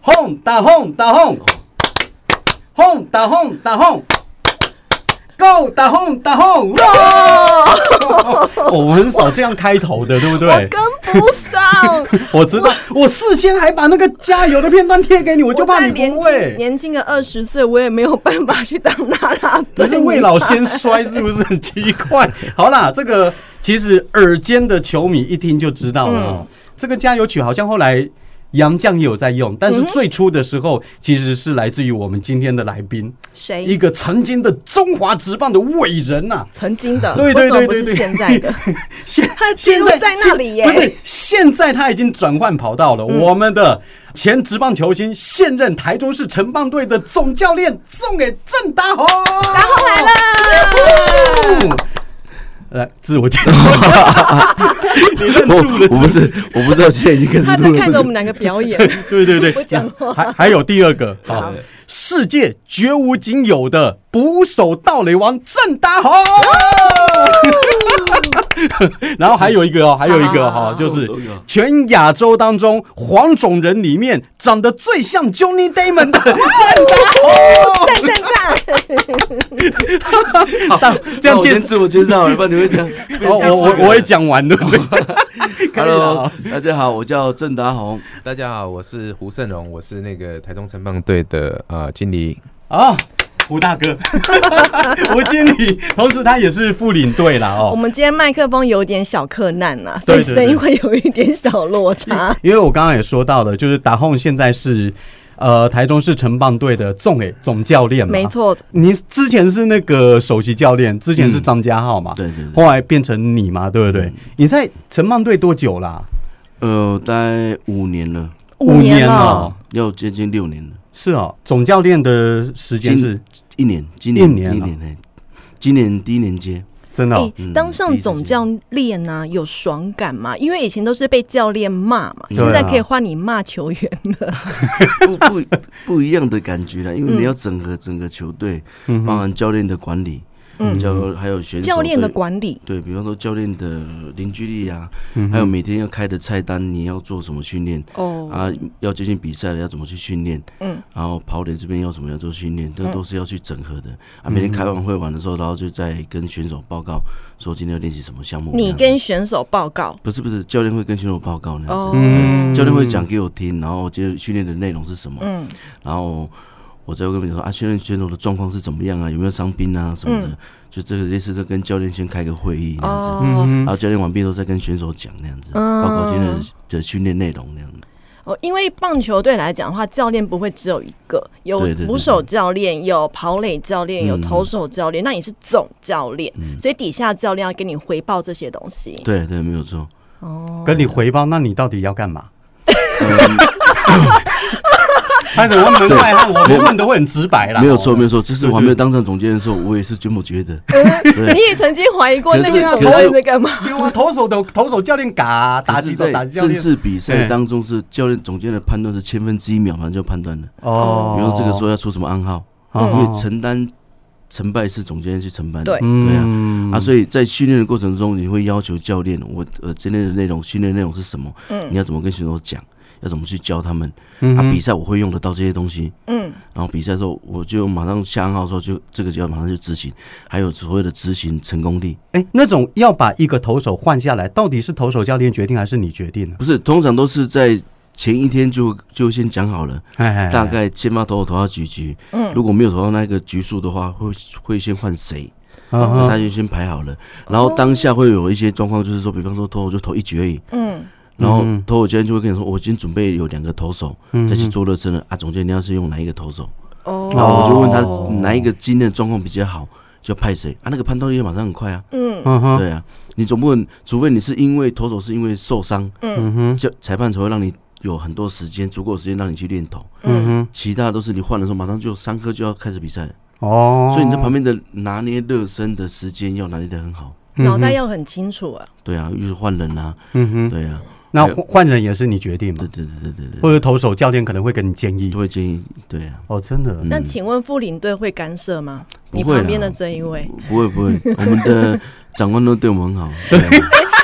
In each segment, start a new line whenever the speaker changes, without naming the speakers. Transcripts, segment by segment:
轰打轰打轰，轰打轰打轰，Go 打轰打轰！ 我很少这样开头的，对不对？
跟不上，
我知道，我事先还把那个加油的片段贴 给你，我就怕你不
我再年轻
会。
年轻个二十岁，我也没有办法去当啦啦
可
队。
是未老先衰，是不是很奇 怪？好啦，这个其实耳尖的球迷一听就知道
嗯
了、哦。这个加油曲好像后来杨绛也有在用，但是
嗯
最初的时候其实是来自于我们今天的来宾，一
谁？
个曾经的中华职棒的伟人呐、
曾经的，
对对
为什
对
么不
对
是
对，
现 在的。
现
他的记
现
录
在
在那
现
里耶嗯
不是现在他已经转换跑道了。我们的前职棒球星，现任台中市城棒队的总教练，送给郑达宏。达宏来了。来自我介绍，你认输
我
了
我不
是
是我不知道现在已经开始
他在
录了，
看着我们
不
两
是
个表演，
不 是？对对
我
对，
讲话
还还有第二 个啊，世界绝无仅有的捕手盗垒王郑达 宏。然后还有一个 哦，还有一个
好好
哈、
好
哦，就是
都有
全亚洲当中黄种人里面长得最像 Johnny Damon 的郑达
赞赞赞！
宏。 当这样
那我
介
先
绍，
自我介绍，要不然你会 这样。
哦，我我我也讲完对不对？可以了
Hello，大家好，我叫郑达宏。
大家好，我是胡胜荣，我是那个台中城棒队的呃经理。
啊。胡大哥， 胡经理，同时他也是副领队啦
我
哦，
们今天麦克风有点小克难呐，所
对对
以声
对
音会有一点小 落差。
因为我刚刚也说到了，就是达宏现在是呃台中市城棒队的总诶总教练嘛，
没错，
你之前是那个首席教练，之前是张家浩嘛，
嗯对对嗯对
后来变成你嘛，对不对？你在城棒队多久啦、
呃，大概五年了，
年
哦，
要接近六年了，
是哦，总教练的时间是
一年，今年
一年
一
了
年哎，今年第一年接，
真的、
哎、
哦，
嗯
当上
第一次
总
见
教练呢、有爽感吗？因为以前都是被教练骂嘛，
对
现在
啊
可以换你骂球员了。
不不 不一样的感觉了，因为你要整合整个球队，
嗯
包
哼，
含教练的管理，
嗯
教还有选手
教练的
对
管理，
对比方说教练的凝聚力啊，
嗯哼
还有每天要开的菜单，你要做什么训练
哦，
啊？要接近比赛了，要怎么去训练？
嗯，
然后跑垒这边要怎么样做训练，这
嗯
都是要去整合的啊。每天开完会完的时候，然后就再跟选手报告说今天要练习什么项目。
你
这样
跟选手报告
不是不是教练会跟选手报告那样
哦
子，，
嗯
教练会讲给我听，然后今天训练的内容是什么，
嗯，
然后我再会跟你说啊，训练选手的状况是怎么样啊，有没有伤兵啊什么的，
嗯
就这个类似这跟教练先开个会议那样子。
哦
然后教练完毕之后再跟选手讲那样子，
嗯
报告今天的的训练内容那样子。
哦，因为棒球队来讲的话，教练不会只有一个，有
对对对
捕手教练，有跑垒教练，有
嗯
投手教练，那你是总教练，所以底下教练要跟你回报这些东西。
对对，没有错。
跟你回报，那你到底要干 嘛？
嗯
开始我门外汉，我们问的会很直白啦，
没有错，
哦
没有错。就是
对
我还没有
对
当上总监的时候，我也是这么觉得。
你也曾经怀疑过
可
那
是
些总
可是
教练在干嘛？
有啊，投手的投手教练嘎、打击手
在
打击教
正
练
式比赛
嗯
当中，是教练总监的判断是千分之一秒，马上就判断了。
哦
比如这个时候要出什么暗号，
嗯
因为承担成败是总教练去承担的。
对
对啊。
嗯
啊，所以在训练的过程中，你会要求教练，我呃今天的内容训练内容是什么？你
嗯
要怎么跟选手讲？要怎么去教他们？
嗯
啊，
哼
比赛我会用得到这些东西。
嗯，
然后比赛的时候，我就马上下暗号的时候就这个就要马上就执行，还有所谓的执行成功率，
哎、那种要把一个投手换下来，到底是投手教练决定还是你决定呢？啊
不是通常都是在前一天就就先讲好了，
哎
大概先把投手投到几局，
嗯
如果没有投到那个局数的话，会会先换谁，
嗯
那就先排好了，然后当下会有一些状况，就是说，比方说投手就投一局而已，
嗯，
然后
嗯
投手教练就会跟你说，我已经准备有两个投手
嗯
再去做热身了啊，总监你要是用哪一个投手？
哦，
然后我就问他
哦
哪一个今天的状况比较好，就派谁啊？那个判断力马上很快啊，
嗯
嗯哼，
对啊，你总不能，除非你是因为投手是因为受伤，
嗯
哼，
就裁判才会让你有很多时间，足够的时间让你去练投，
嗯，
哼，
其他都是你换的时候马上就三颗就要开始比赛了，
哦
所以你在旁边的拿捏热身的时间要拿捏的很好，
脑袋，要很清楚啊。
对啊，又是换人啊，
嗯哼，
对啊，
那换换人也是你决定嘛
对？对对对对对，
或者投手教练可能会跟你建议
都。会建议，对啊，
哦，真的，
那
嗯
请问副领队会干涉吗？
不
你
会
旁
啦
边的这一位，
不会不会，我们的长官都对我们很好，对啊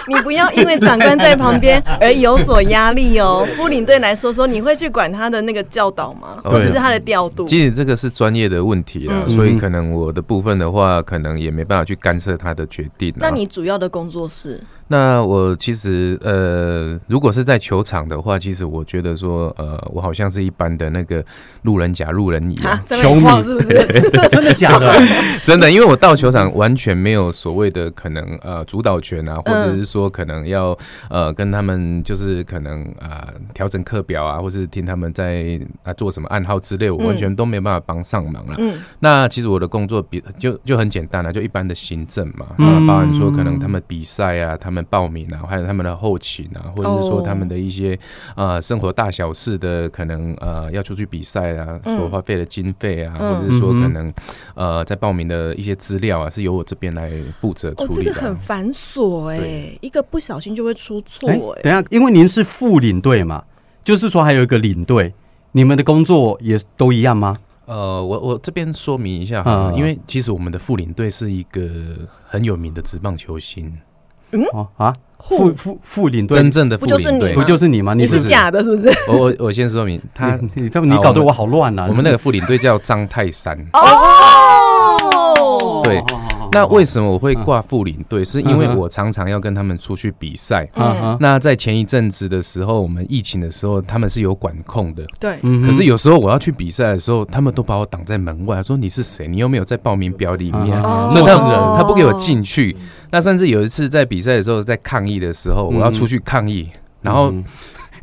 你不要因为长官在旁 边而有所压力哦。副领队来说说，你会去管他的那个教导吗？
哦
对
或者是他的调度？
其实这个是专业的问题啦，
嗯
所以可能我的部分的话，可能也没办法去干涉他的决定啊。
那你主要的工作是？
那我其实呃，如果是在球场的话，其实我觉得说呃，我好像是一般的那个路人甲、路人乙啊、
啊，这
球
么
迷
晃是不是？
真的哎假的？
真的，因为我到球场完全没有所谓的可能呃主导权啊，或者是说可能要呃跟他们就是可能呃调整课表啊，或是听他们在啊做什么暗号之类，我完全都没办法帮上忙了。
嗯，
那其实我的工作比就就很简单了、就一般的行政嘛，
嗯
嗯、包含说可能他们比赛啊，他们报名啊，还有他们的后勤啊，或者是说
哦
他们的一些、呃生活大小事的可能呃要出去比赛啊，
嗯
所花费的经费啊，
嗯
或者是说
嗯哼
可能呃在报名的一些资料啊，是由我这边来负责
哦
处，
这
理
个
的啊、
很繁琐哎
对，
一个不小心就会出错
哎
哎。
等一下，因为您是副领队嘛，就是说还有一个领队，你们的工作也都一样吗？
呃，我我这边说明一下好了
嗯
因为其实我们的副领队是一个很有名的职棒球星，
哦啊，副
护
副副领队
真正的副
不就是
领队
你
不
吗。
就是你吗？
你
是
是假的，是不是？
我我我先说明，他
你你这你
啊
搞得
我
我
们
好乱啊！
我们那个副领队叫张泰山。
哦，
对
哦
那为什么我会挂副领队？是
嗯
因为我常常要跟他们出去比赛。
啊哈
那在前一阵子的时候，我们疫情的时候，他们是有管控的。
对，
嗯哼
可是有时候我要去比赛的时候，他们都把我挡在门外，说你是谁？你又没有在报名表里面，
啊
所以他
陌生人
他不给我进去。那甚至有一次在比赛的时候，在抗议的时候，我要
嗯
出去抗议，然后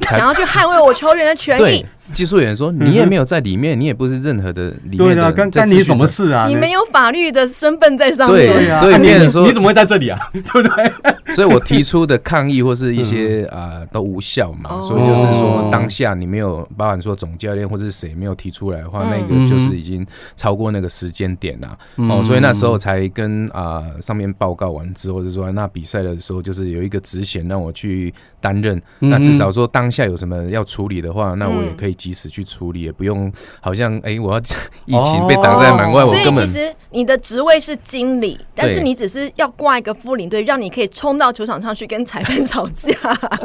想要去捍卫我球员的权
对
益，
技术员说你也没有在里面，你也不是任何的里
对
面
啊，
的，
干
在
干
秩
你
序
什么
上？
事啊？
你没有法律的身份在上
对
面。
对啊，
所以
啊你
变成
你
说
你怎么会在这里啊？对不对？
所以我提出的抗议或是一些啊、呃都无效嘛，
嗯哦
所以就是说当下你没有，包含说总教练或是谁没有提出来的话，
嗯
那个就是已经超过那个时间点啦、哦，所以那时候才跟啊、呃上面报告完之后，就说那比赛的时候就是有一个职衔让我去担任，
嗯
那至少说当下有什么要处理的话，那我也
嗯
可以及时去处理，也不用好像哎、我要 疫
哦
情被挡在门外，我
所以
根本
其实你的职位是经理，但是你只是要挂一个副领队，让你可以冲到球场上去跟裁判吵架。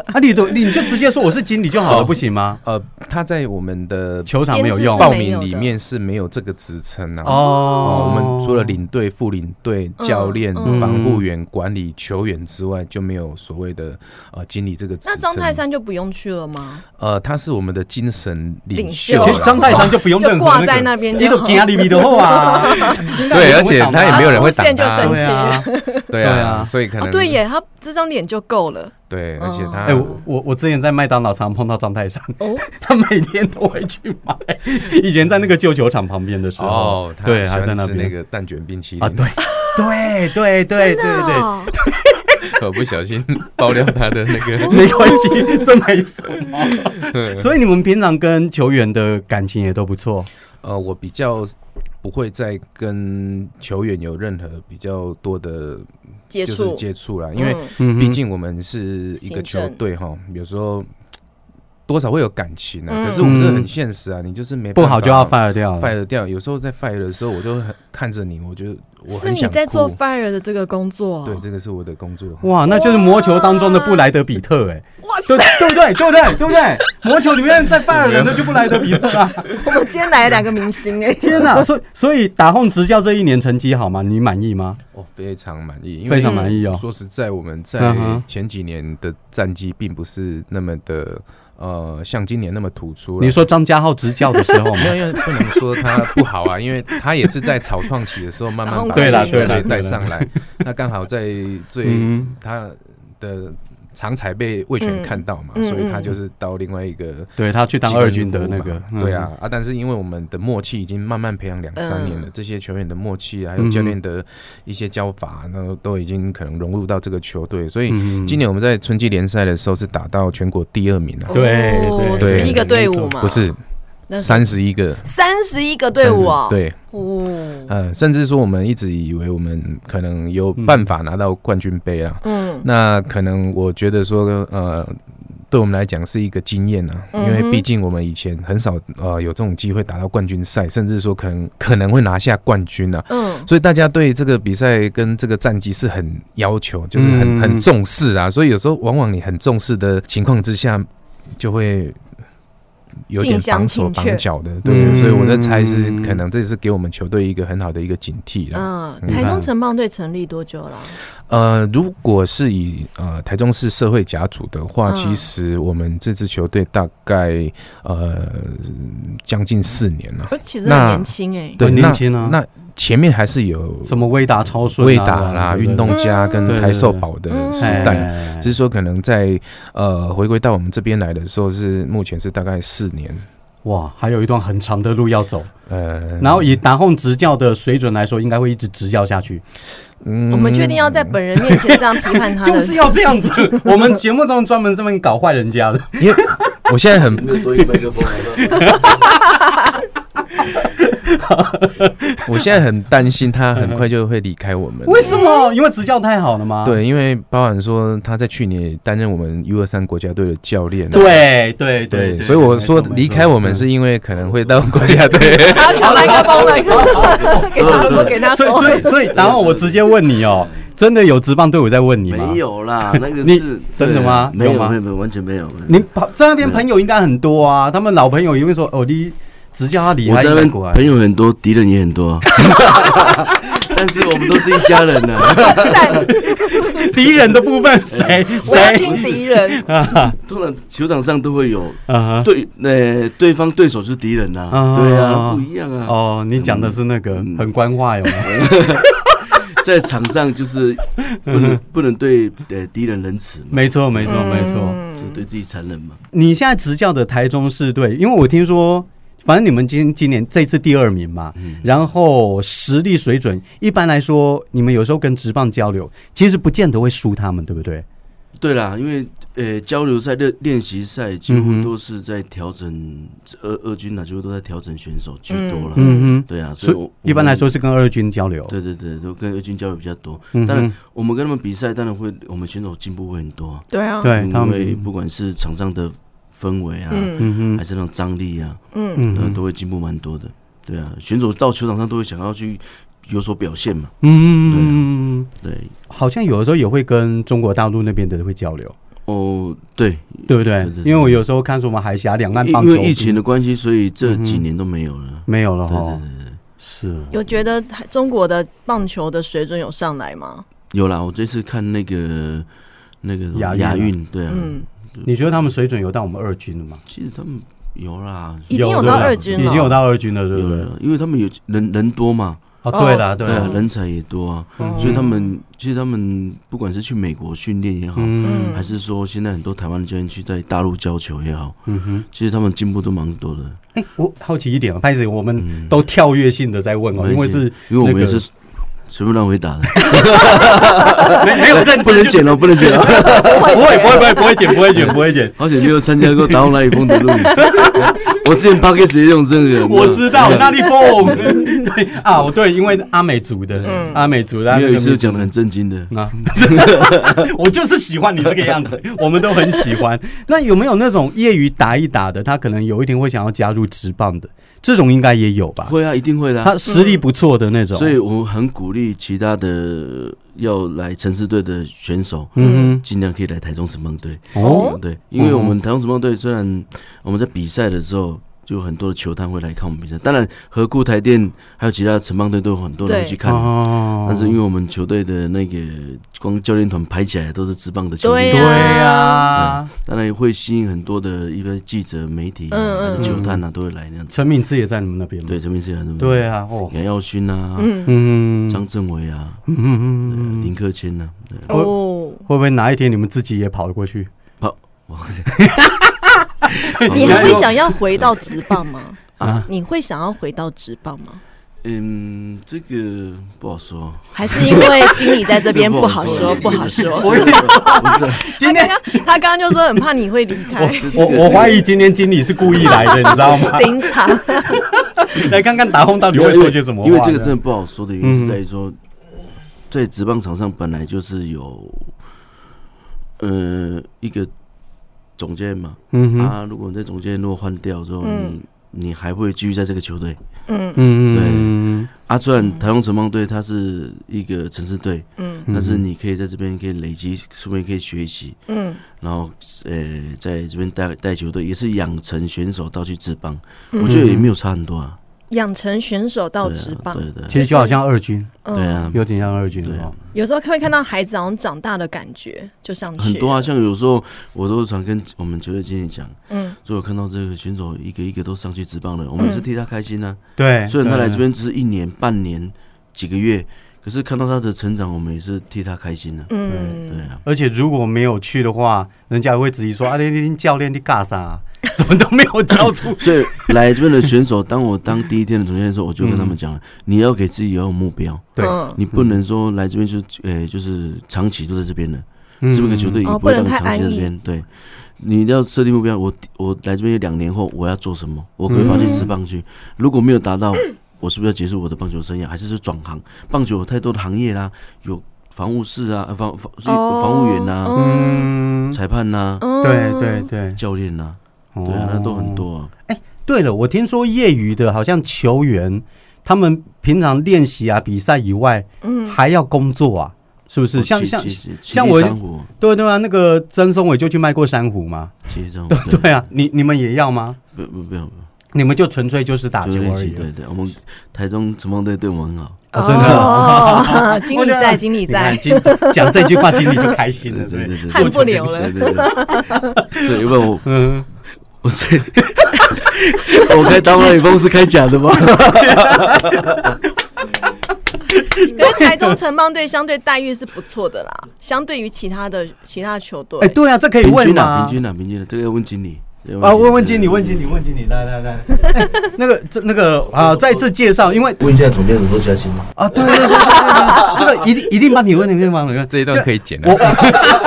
啊，你都你就直接说我是经理就好了，
哦
不行吗？
呃他在我们的
球场没有用
编制
报
是没有的
名里面是没有这个职称啊。
哦
哦，我们除了领队、副领队、
嗯
教练、
嗯
防护员、管理球员之外，就没有所谓的呃经理这个职
那
称。
张泰山就不用去了吗？
呃，他是我们的精神领
领
袖啦。
袖
其实张泰山就不用任
就
何
挂在
那个，
那边
你
就
都
好
给他里面的后啊，
对，而且他也没有人会
他出现
挡
就
他。
生气
对啊，
对
对
啊
啊，
所以可
哦
能，
对耶，他这张脸就够了。
对，
嗯
而且他
哎、我我我之前在麦当劳常碰到张泰山，
哦，
他每天都会去 买。以前在那个旧球场旁边的时候，
哦，他
对，
喜
还
欢
在那
吃那
边
个蛋卷冰淇
啊，
淋，
对，对对
哎
对对
真的
对，
哦
我不小心爆料他的那 个
没关系，这没什么。所以你们平常跟球员的感情也都不错，
呃，我比较不会再跟球员有任何比较多的
接
就是
触，
接触啦，因为
嗯
嗯
毕竟我们是一个
行
球
政
队哈，有时候多少会有感情啊。
嗯
可是我们这很现实啊，你就是没
不好就要 fire 掉了。
fire 掉。有时候在 fire 的时候，我就很看着你，我觉得我
是
很
你
想
在做
哭
fire 的这个工作哦。
对，这个是我的工作。
哇，那就是魔球当中的布莱德比特哎、
哇
对对不对？对不对？对不对？魔球里面在 fire 人的就布莱德比特 啊！
我们今天来了两个明星哎，
天哪，所以所以打控执教这一年成绩好吗？你满意吗？
哦，非常满意，因为
非常满意哦。
说实在，我们在
嗯哼
前几年的战绩并不是那么的呃，像今年那么突出了。
你说张家浩执教的时候吗
哦没？有，因为不能说他不好啊，因为他也是在草创期的时候慢慢把
对啦
球
对啦
队
对
带
啦
上来。那刚好在最
嗯，
他的长才被魏权看到嘛，
嗯嗯
所以他就是到另外一个
对他去当
机关
二军的那
服务
个嗯
嘛，对啊，啊，但是因为我们的默契已经慢慢培养两三年
嗯
了，这些球员的默契啊还有教练的一些教法，啊那都已经可能融入到这个球队，所以
嗯，
今年我们在春季联赛的时候是打到全国第二名啊，
对对
对
十一个队伍嘛，
不是
那是
三十一个
三十一个队伍哦
30，对，
哦，
呃，甚至说我们一直以为我们可能有办法拿到冠军杯啊，
嗯，
那可能我觉得说，呃，对我们来讲是一个经验啊，因为毕竟我们以前很少呃有这种机会打到冠军赛，甚至说可能可能会拿下冠军啊，
嗯，
所以大家对这个比赛跟这个战绩是很要求，就是
嗯
很很重视啊，所以有时候往往你很重视的情况之下，就会。有点
竞相
绑手
情
绑
怯
脚的，对，
嗯
所以我在猜是可能这是给我们球队一个很好的一个警惕了。
嗯，台中城棒队成立多久了？
呃，如果是以呃台中市社会甲组的话，
嗯
其实我们这支球队大概呃将近四年了。
呃其实很
那
年轻哎，
对，
很
那
年轻啊
那前面还是有
什么威达超顺、啊、
威达啦、
对不对
运动家跟
嗯
台寿宝的时代。
哎
只是说，可能在呃回归到我们这边来的时候是，目前是大概四年，
哇，还有一段很长的路要走。
呃，
然后以达控执教的水准来说，应该会一直执教下去，
嗯
我们确定要在本人面前这样批判他的，
就是要这样 子。我们节目中专门这么搞坏人家的，
因为我现在很
没有多一个麦克风，
我现在很担心他很快就会离开我们。
为什么？因为执教太好了吗？
对，因为包含说他在去年也担任我们 U 二三国家队的教练。
对对对，
所以我说
没错嗯
离开我们是因为可能会到国家队。
他要抢麦克风了， 给他说，给他
所以
说，
所以所以，然后我直接问你哦，真的有职棒队伍在问你吗？
没。有 啦，那个
你
是
真的吗
对没
有吗
有没有没有完全没有。
你跑在那边朋友应该很多啊，他们老朋友也会说哦，你执教他离
我
开
在那
英
边
国来
朋。友很多，敌人也 很多，但是我们都是一家人啊呢、
赞
敌人的部分谁
我要
谁
听敌人，
通常球场上都会有
啊哈？
对，呃，对方对手是敌人呐、
啊
对啊，不一样啊。
哦，你讲的是那个
嗯
很官话有没有？
在场上就是不
嗯
能不能对呃敌人仁慈嘛，
没错没错没错。
嗯
就是对自己残忍嘛。
你现在执教的台中市队，因为我听说，反正你们今今年这次第二名嘛，
嗯
然后实力水准一般来说，你们有时候跟职棒交流，其实不见得会输他们，对不对？
对啦，因为呃交流赛、练练习赛几
嗯哼
乎都是在调整二二军啊呢，几乎都在调整选手居多了。
嗯哼，
对啊，所
所
以我
以一般来，说是跟二军交流
我。们对对对，都跟二军交流比较多。
嗯哼
当然，我们跟他们比赛，当然会我们选手进步会很多，
对啊，
对他
因为
们，
不管是场上的氛围啊，
嗯
嗯
还
哼，
是那种张力啊，
嗯，
嗯
呃，
哼
都会进步蛮多的。对啊，选手到球场上都会想要去有所表现嘛。
嗯，
对，
好像有的时候也会跟中国大陆那边的会交流，
哦，对，
对不对
对对？对
因为我有时候看说我们海峡两岸棒
因
球嗯
为疫情的关系，所以这几年都没有了。
没有了
对
哈
对，对对，
是哦
有觉得中国的棒球的水准有上来吗？
有啦，我这次看那个那个
亚运啊
亚运，对啊，
嗯，
你觉得他们水准有到我们二军了吗？
其实他们有啦，
已经
有
有
对
到
不对
二军
已经有
了，
到二军了，对不
有
对？
了，因为他们有人人多嘛，
哦，
哦
对了，对
对啊，
了，
人才也多啊，
嗯
所以他们其实他们不管是去美国训练也好，
嗯
还是说现在很多台湾的教练去在大陆教球也好，
嗯哼，
其实他们进步都蛮多的。
哎，我好奇一点，开始我们
嗯，
都跳跃性的在问哦，
没
因为
事
是
因为
那
我们
个
也是随便乱回答的， 呃
没没有认
不能
真，
剪了，哦不能剪了。
不会不会不会不会剪不会
嗯
剪不会剪，
好久没有参加过《打红蓝雨风》的录影，我之前 p o d c a s 也用这个，
我知道那里风，嗯 对啊，我对，因为阿美族的
嗯
阿美族的，
没有一
那个
次讲的很震惊的。
啊，我就是喜欢你这个样子， 我们都很喜欢。那有没有那种业余打一打的，他可能有一天会想要加入职棒的，这种应该也有吧？
会啊，一定会的啊、
他实力不错的那种，
所以我很鼓励其他的要来城市队的选手，
嗯
尽量可以来台中城棒队。
哼，哦
哦，
对，因为我们台中城棒队虽然我们在比赛的时候。就很多的球探会来看我们比赛，当然和顾台电还有其他城邦队都有很多人会去看，
哦
但是因为我们球队的那个光教练团排起来都是职棒的球星，
对
对呀
啊，当然也会吸引很多的一般记者、媒体、啊、
嗯嗯
还是球探啊，都会来那样子。
陈敏之也在你们那边吗？
对，陈明是很
嗯对，啊，哦，
杨耀勋啊，
嗯，
嗯，
张政伟啊，
嗯
对
嗯
啊
嗯
林
嗯，
克谦啊，对啊
哦，
会不会哪一天你们自己也跑了过去？
啊
你还会想要回到职棒吗？
啊
啊，你会想要回到职棒吗？
嗯，这个不好说，
还是因为经理在这边不好
这
说，
个
不好说。
不是不是，
今
他
天
刚刚他刚刚就说很怕你会离
哎
开，
我我怀疑今天经理是故意来的，你知 道 吗？哎
冰场。
来看看达宏到底会啊说些什么话。
因为这个真的不好说的原
嗯
因是在于说，在职棒场上本来就是有，呃，一个总监嘛，
嗯哼，
啊，如果你在总监如果换掉之后，
嗯
你你还会继续在这个球队。
嗯
嗯嗯，
啊，虽然台中城邦队它是一个城市队，
嗯
但是你可以在这边可以累积，顺便可以学习，
嗯
然后呃，在这边带带球队也是养成选手到去职棒，我觉得也没有差很多啊。
养成选手嗯到
对啊
职棒，
对对
其实就好像二军，
嗯
对啊，
有点像二军
对
哦。
有时候会看到孩子好像长大的感觉，就上去
很多啊，像有时候我都常跟我们球队经理讲，
嗯
如果看到这个选手一个一个都上去职棒了，我们也是替他开心啊。
对，
虽然他来这
对，
边只是一年、半年、几个月，可是看到他的成长，我们也是替他开心啊。对
嗯，
啊，
而且如果没有去的话，人家也会质疑说：“啊，你你教练你干啥、 啊？怎么都没有教出
所以来这边的选手，当我当第一天的总教练的时候，我就跟他们讲了，你要给自己要有目标，
对
嗯
你不能说来这边就呃就是长期都在这边了， 这边个球队也
哦
不会
不能
让你
太
长期在
安
这
逸
边。对，你一定要设定目标，我我来这边两年后我要做什么，我可不可以跑去吃棒去？
嗯
如果没有达到，我是不是要结束我的棒球生涯，还是是转行？棒球有太多的行业啦，有防务室啊，呃防防是防务员呐、
哦嗯，
嗯，
裁判呐、
对对对，
教练呐、
哦
对啊，那都很。多啊。
对了，我听说业余的，好像球员他们平常练习啊、比赛以外，嗯，还要工作啊，是不是？像
哦其
像
其其
像
其
我
珊 瑚，
对对啊，那个曾松伟就去卖过珊瑚嘛，
其实珊瑚，
对对啊，你你们也要吗？
不不不要不要，
你们就纯粹就是打球
就练
而
习
已。啊
对对，我们台中城邦队对我们很好，
哦真的
哦， 经理在，经理
你看
在，
经 讲这句话，经理就开心了，
对
对
对对，
汗不流了
对对对， 所以要不然我
嗯，
我这 我开大麦风是开 假的吗？
可是台中城邦队相对待遇是不错的啦，相对于其他的其他球队
哎，，对啊，这可以
平
问
均
吗？
啊，平均啊，平均的，这个要问经理。这个
啊，
要
问问经理，
对
问经理，问经理，来来来， 哎那个这那个啊，再次介绍，因为
问一下总监怎么加薪吗？
啊，对对对对对，这个一定一定帮你问，一定帮你问。
这一段可以剪 啊
我
了。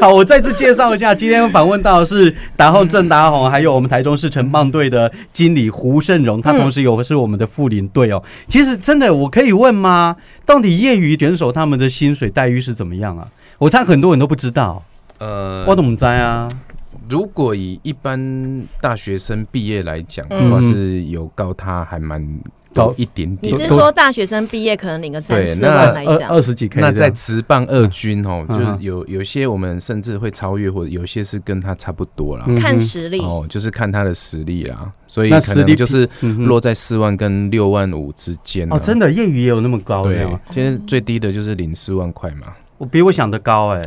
好，我再次介绍一下，今天访问到的是达宏郑达宏，还有我们台中市城棒队的经理胡胜荣，他同时有是我们的副领队哦。其实真的，我可以问吗？到底业余选手他们的薪水待遇是怎么样啊？我猜很多人都不知道，
呃，
我怎么猜啊？
如果以一般大学生毕业来讲的
嗯
话，是有高他还蛮
高
高一点
你
点。
是说大学生毕业可能领个三
对
四
那呃
万来
二
讲，
二十几 K
那
这
在
样
职棒二军哦，
嗯
就是有有些我们甚至会超越，或者有些是跟他差不多啦。
嗯
看实力，
哦，就是看他的实力啦，所以
那
可
实力
能就是
嗯哼
落在四万跟六万五之间啊、
哦，真的业余也有那么高的
对
哦，，
现在最低的就是领四万块嘛。
我比我想的高哎、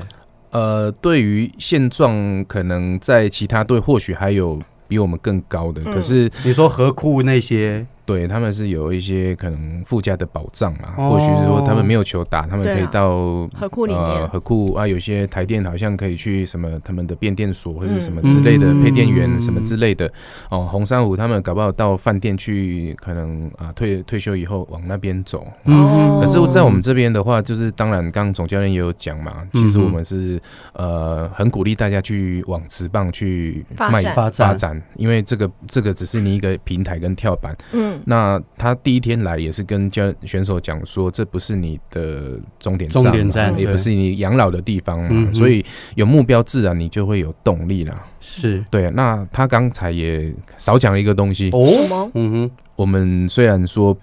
呃，对于现状，可能在其他队或许还有比我们更高的，
嗯
可是
你说何库那些，
对他们是有一些可能附加的保障啊，
哦
或许是说他们没有球打，他们
对啊
可以到。
何库里
呃，
面，
河库啊，有些台电好像可以去什么他们的变电所或者什么之类的、
嗯
配电员什么之类的哦，红珊瑚他们搞不好到饭店去，可能啊退退休以后往那边走，
嗯
哦
可是，在我们这边的话，就是当然，刚刚总教练也有讲嘛，
嗯
其实我们是、呃很鼓励大家去往直棒去
发
卖
展
发展
因为这个这个只是你一个平台跟跳板。
嗯
那他第一天来也是跟教选手讲说，这不是你的终点站嘛，
终点站
也
对
不是你养老的地方嘛，
嗯哼
所以有目标自然你就会有动力啦。
是
对，啊那他刚才也少讲了一个东西，
什
哦，
么？
嗯哼，
我们虽然说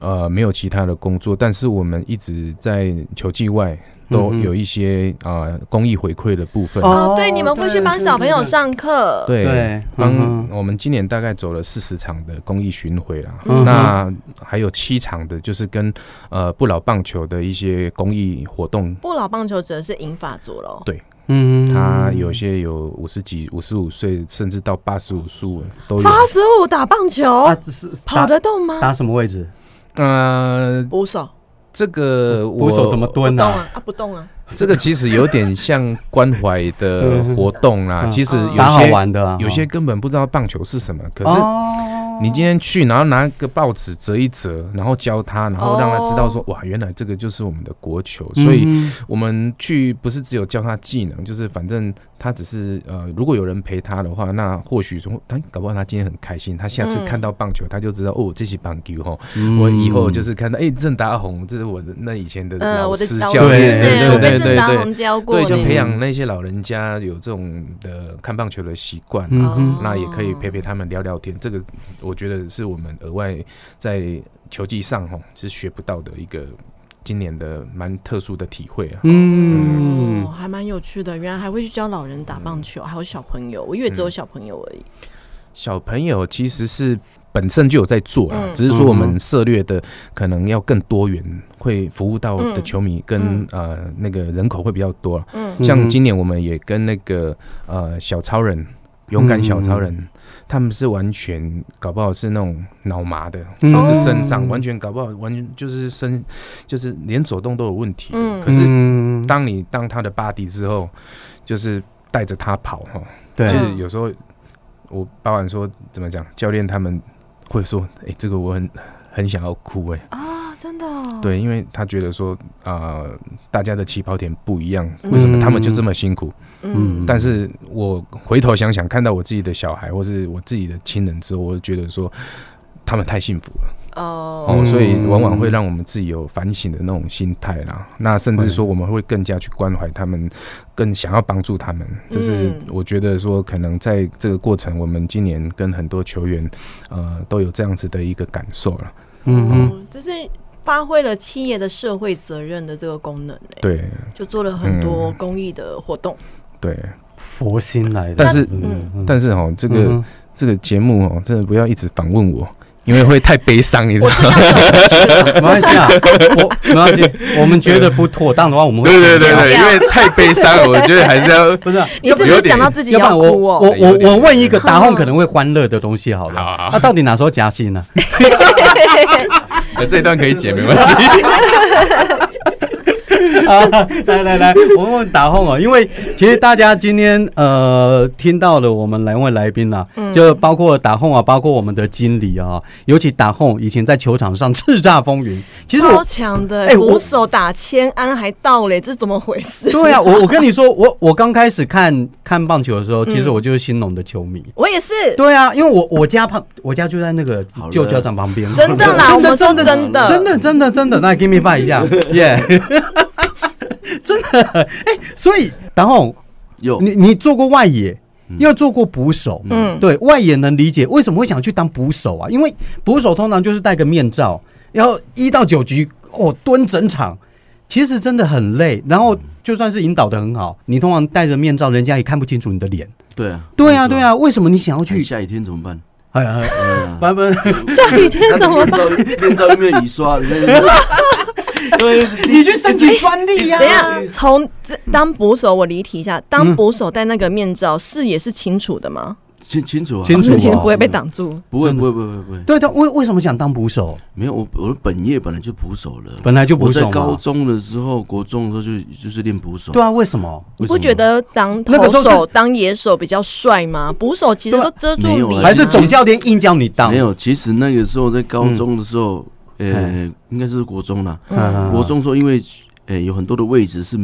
呃没有其他的工作，但是我们一直在球季外都
嗯哼
有一些啊、呃公益回馈的部分。
哦
哦，对，你们会去帮小朋友上课，
对，
对，嗯
帮
哼
我们今年大概走了四十场的公益巡回啦，
嗯哼
那还有七场的就是跟呃不老棒球的一些公益活动。
不老棒球指的是银发族喽，
嗯哼，
他有
哦
些有五十几、五十五岁，甚至到八十五岁都有
八。十五打棒球
啊，这是
跑得动吗？
打什么位置？
呃，
捕手
这个我
捕手怎么
不
蹲
动
啊？
啊啊不动啊，
这个其实有点像关怀 的活动啦。
嗯
其实
打
有
好
些
玩的啊，
有些根本不知道棒球是什么，可是
哦，
你今天去，然后拿个报纸折一折，然后教他，然后让他知道说，哇，原来这个就是我们的国球。所以
嗯
我们去不是只有教他技能，就是反正他只是呃，如果有人陪他的话，那或许说，他搞不好他今天很开心，他下次看到棒球，他就知道哦，这是棒球哈，
嗯
我以后就是看到哎，郑达宏，这是我的那以前的
呃，
老
我的
师
导
教练，
师
呢，我
对
被
对对
郑
对
达
对
宏教过
对，
呢，
就培养那些老人家有这种的看棒球的习惯啊，
哦
那也可以陪陪他们聊聊天。这个我觉得是我们额外在球技上哦是学不到的一个今年的蛮特殊的体会啊。
嗯
哦，，还蛮有趣的。原来还会去教老人打棒球，还有小朋友，我以为
嗯
只有小朋友而已。
小朋友其实是本身就有在做啦，
嗯
只是说我们涉猎的可能要更多元，会服务到的球迷跟、呃那个人口会比较多啦。
嗯
像今年我们也跟那个呃小超人。勇敢小
嗯
超人，他们是完全搞不好是那种脑麻的，
嗯
或是身上完全搞不好，完全就是身就是连走动都有问题的。
嗯
可是
嗯
当你当他的 body 之后，就是带着他跑哈，
对
就
嗯
是有时候我包含说怎么讲，教练他们会说，哎、这个我很很想要哭哎、
啊，真的哦，
对，因为他觉得说啊、呃大家的起跑点不一样，为什么他们就这么辛苦？
嗯，
嗯
但是我回头想想，看到我自己的小孩或是我自己的亲人之后，我就觉得说。他们太幸福了
哦，
哦，所以往往会让我们自己有反省的那种心态啦。
嗯
那甚至说我们会更加去关怀他们，更想要帮助他们。这是
嗯
我觉得说，可能在这个过程，我们今年跟很多球员，呃，都有这样子的一个感受了。
嗯哼，
哦就是发挥了企业的社会责任的这个功能、欸，
对
就做了很多
嗯
公益的活动。
对，
佛心来的，
但是
真的嗯
但是哦，这个、
嗯
这个节目哦，真的不要一直访问我，因为会太悲伤，你知道
我
吗？
这样走过去了，
没关系啊，我没关系，我们觉得不妥当的话，我们会
对对对
剪
对，
掉
因为太悲伤了，我觉得还是要
不是啊，
你是不
有
是
点
讲到自己
要不
要
然我
哭
我
哦？
我
哎有点
我问一个打红可能会欢乐的东西好了，
好啊好
那到底哪时候加薪呢？
呃这一段可以剪，没关系。
啊，来来来，我们问打红哦，因为其实大家今天呃听到了我们两位来宾啦，
嗯
就包括打红啊，包括我们的经理啊，尤其打红以前在球场上叱咤风云，其实我
超强的、
哎我
鼓手打千安还到嘞，这怎么回事？
对啊，我我跟你说，我我刚开始看看棒球的时
嗯
候，其实我就是兴农的球迷。
我也是，
对啊，因为我我家旁我家就在那个
好了
旧教场旁边，
真的啦，我
真的
们说
真的
真的，
真的真的真的，那 give me five 一下，耶、 真的，哎、所以然后
有
你你做过外野，
嗯
又做过捕手，
嗯，
对外野能理解为什么会想去当捕手啊？因为捕手通常就是戴个面罩，然后一到九局哦蹲整场，其实真的很累。然后就算是引导的很好，你通常戴着面罩，人家也看不清楚你的脸。
对啊，
对啊，
没错
对，啊，为什么你想要
哎
去？
下雨天怎么办？
哎呀，
哎呀
版本，
下雨天怎么办？
办？面罩又没有雨刷，你看， 因为是
你去申 请专利啊呀、嗯
怎样？从这当捕手，我离题一下，当捕手戴那个面罩，视野是清楚的吗？
清清楚啊，
清楚啊
其实不会被挡住。
不会
真的
不会不会不会，
对对，为为什么想当捕手？
没有我我的本业本来就捕手了，
本来就捕手
我在高
嘛。
中的时候，国中的时候就就是练捕手，
对啊，为什么？
你
为什
不
么
觉得当
那个
投
时候是
手、当野手比较帅吗？捕手其实
对啊
都遮住
没有啊
脸啊，
还是总教练硬叫你当？
没，有，其实那个时候在高中的时候，
哎
呃，应该是国中啦。
嗯
国中时候，因为呃有很多的位置是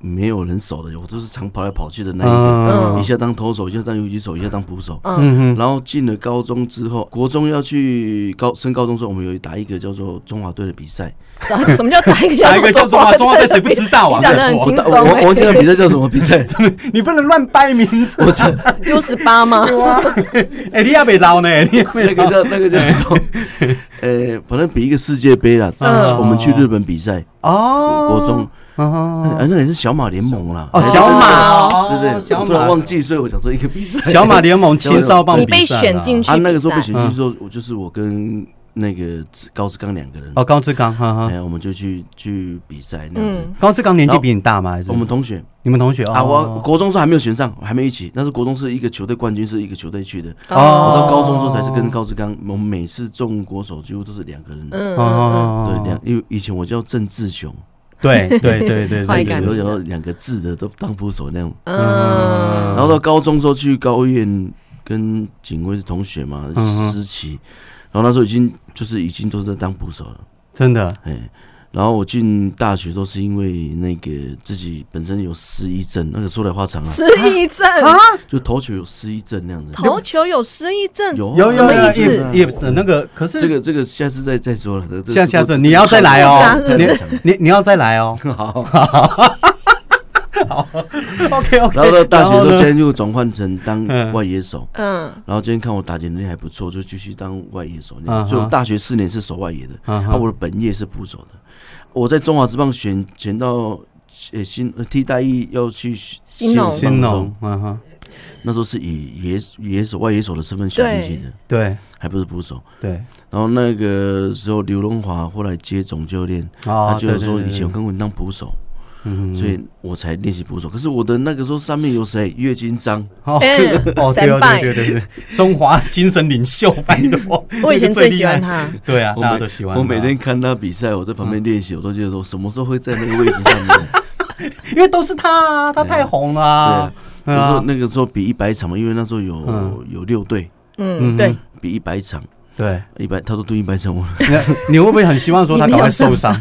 没有人守的，我都是常跑来跑去的那一个，
嗯
一下当投手，一下当游击手，一下当捕手。
嗯
然后进了高中之后，国中要去高升高中的时候，我们有打一个叫做中华队的 比赛。
什么叫打一个
打一个叫
叫
中 华中华队谁不知道啊
你讲的很
我
轻
我
松
我我忘记
欸
那比赛叫什么 比赛？
哼，你不能乱掰名字。
我操，
，U 十八吗？
哎、你也被捞呢，你也
那
被
个叫那个叫什么？ 呃，反正比一个世界杯啦，
嗯
我们去日本比赛，
哦，
国中，
哦
哎，那也是小马联盟啦。哎
哦，小马，
对
哦
对，对
小
我突然
马，
忘记，所以我想说一个比赛。
小马联盟青少棒
你被
比赛啊嗯
选进去
啊，那个时候被
比赛
选进去之后，我就是我跟那个志高志刚两个人，
哦，高志刚，哈哈，
哎，我们就去去比赛那样子。
嗯
高志刚年纪比你大吗？还是
我们同学
你们同学
啊，我
哦，
国中时候还没有选上，还没一起。那是国中是一个球队冠军，是一个球队去的。
哦
我到高中之后才是跟高志刚，我们每次中国手几乎都是两个人。
嗯嗯嗯
哦，
对，两因为以前我叫郑志雄，
对对对对对
坏
那
改
个
感
时
对，
候有两个字的都当副手那样。
嗯
然后到高中时候去高院跟警卫是同学嘛
嗯，哼
实习，然后那时候已经就是已经都是在当捕手了，
真的
哎，然后我进大学都是因为那个自己本身有失忆症，那个说来话长啊，
失忆症，
啊
就头球有失忆症那样子。
投球有失忆症，
有啊
有
什
有
么
有
意思
i p 那个，可是
哦这个这个下次再再说了。这这
下下次
这
你要再来哦
太复杂，
你
了是不
你你要再来 哦。
好，
OK OK。
然后到大
然
学之
后
后，
呢
今天就转换成当
嗯
外野手。
嗯，
然后今天看我打击能力还不错，就继续当外野手。
嗯哼
所以我大学四年是守外野的，
嗯
那、
哼
我的本业是捕手的。我在中华职棒选选到呃新呃替代役要去
新农
新
农
农，，嗯哼，
那时候是以野野手外野手的身份选进去的，
对
还不是捕手。
对
然后那个时候刘荣华后来接总教练，
啊
他就说以前
行，
我跟我当捕手，
嗯
所以我才练习捕手。可是我的那个时候上面有谁？岳金章，
哦
嗯
哦对哦
三拜
对对对对，中华精神领 袖，拜托，
我以前
那个
最喜欢
厉害，
他，嗯
对啊，
我
大家
每
都喜欢
我
他
每天看他比赛，我在旁边练习，我都觉得说什么时候会在那个位置上面。
因为都是他啊，他太红了啊，
我
对啊
说那个时候比一百场嘛，因为那时候有、
嗯哎
有六队
嗯，对，
比一百场，
对，
一百他都对一 百场，我
你你会不会很希望说他赶快受伤？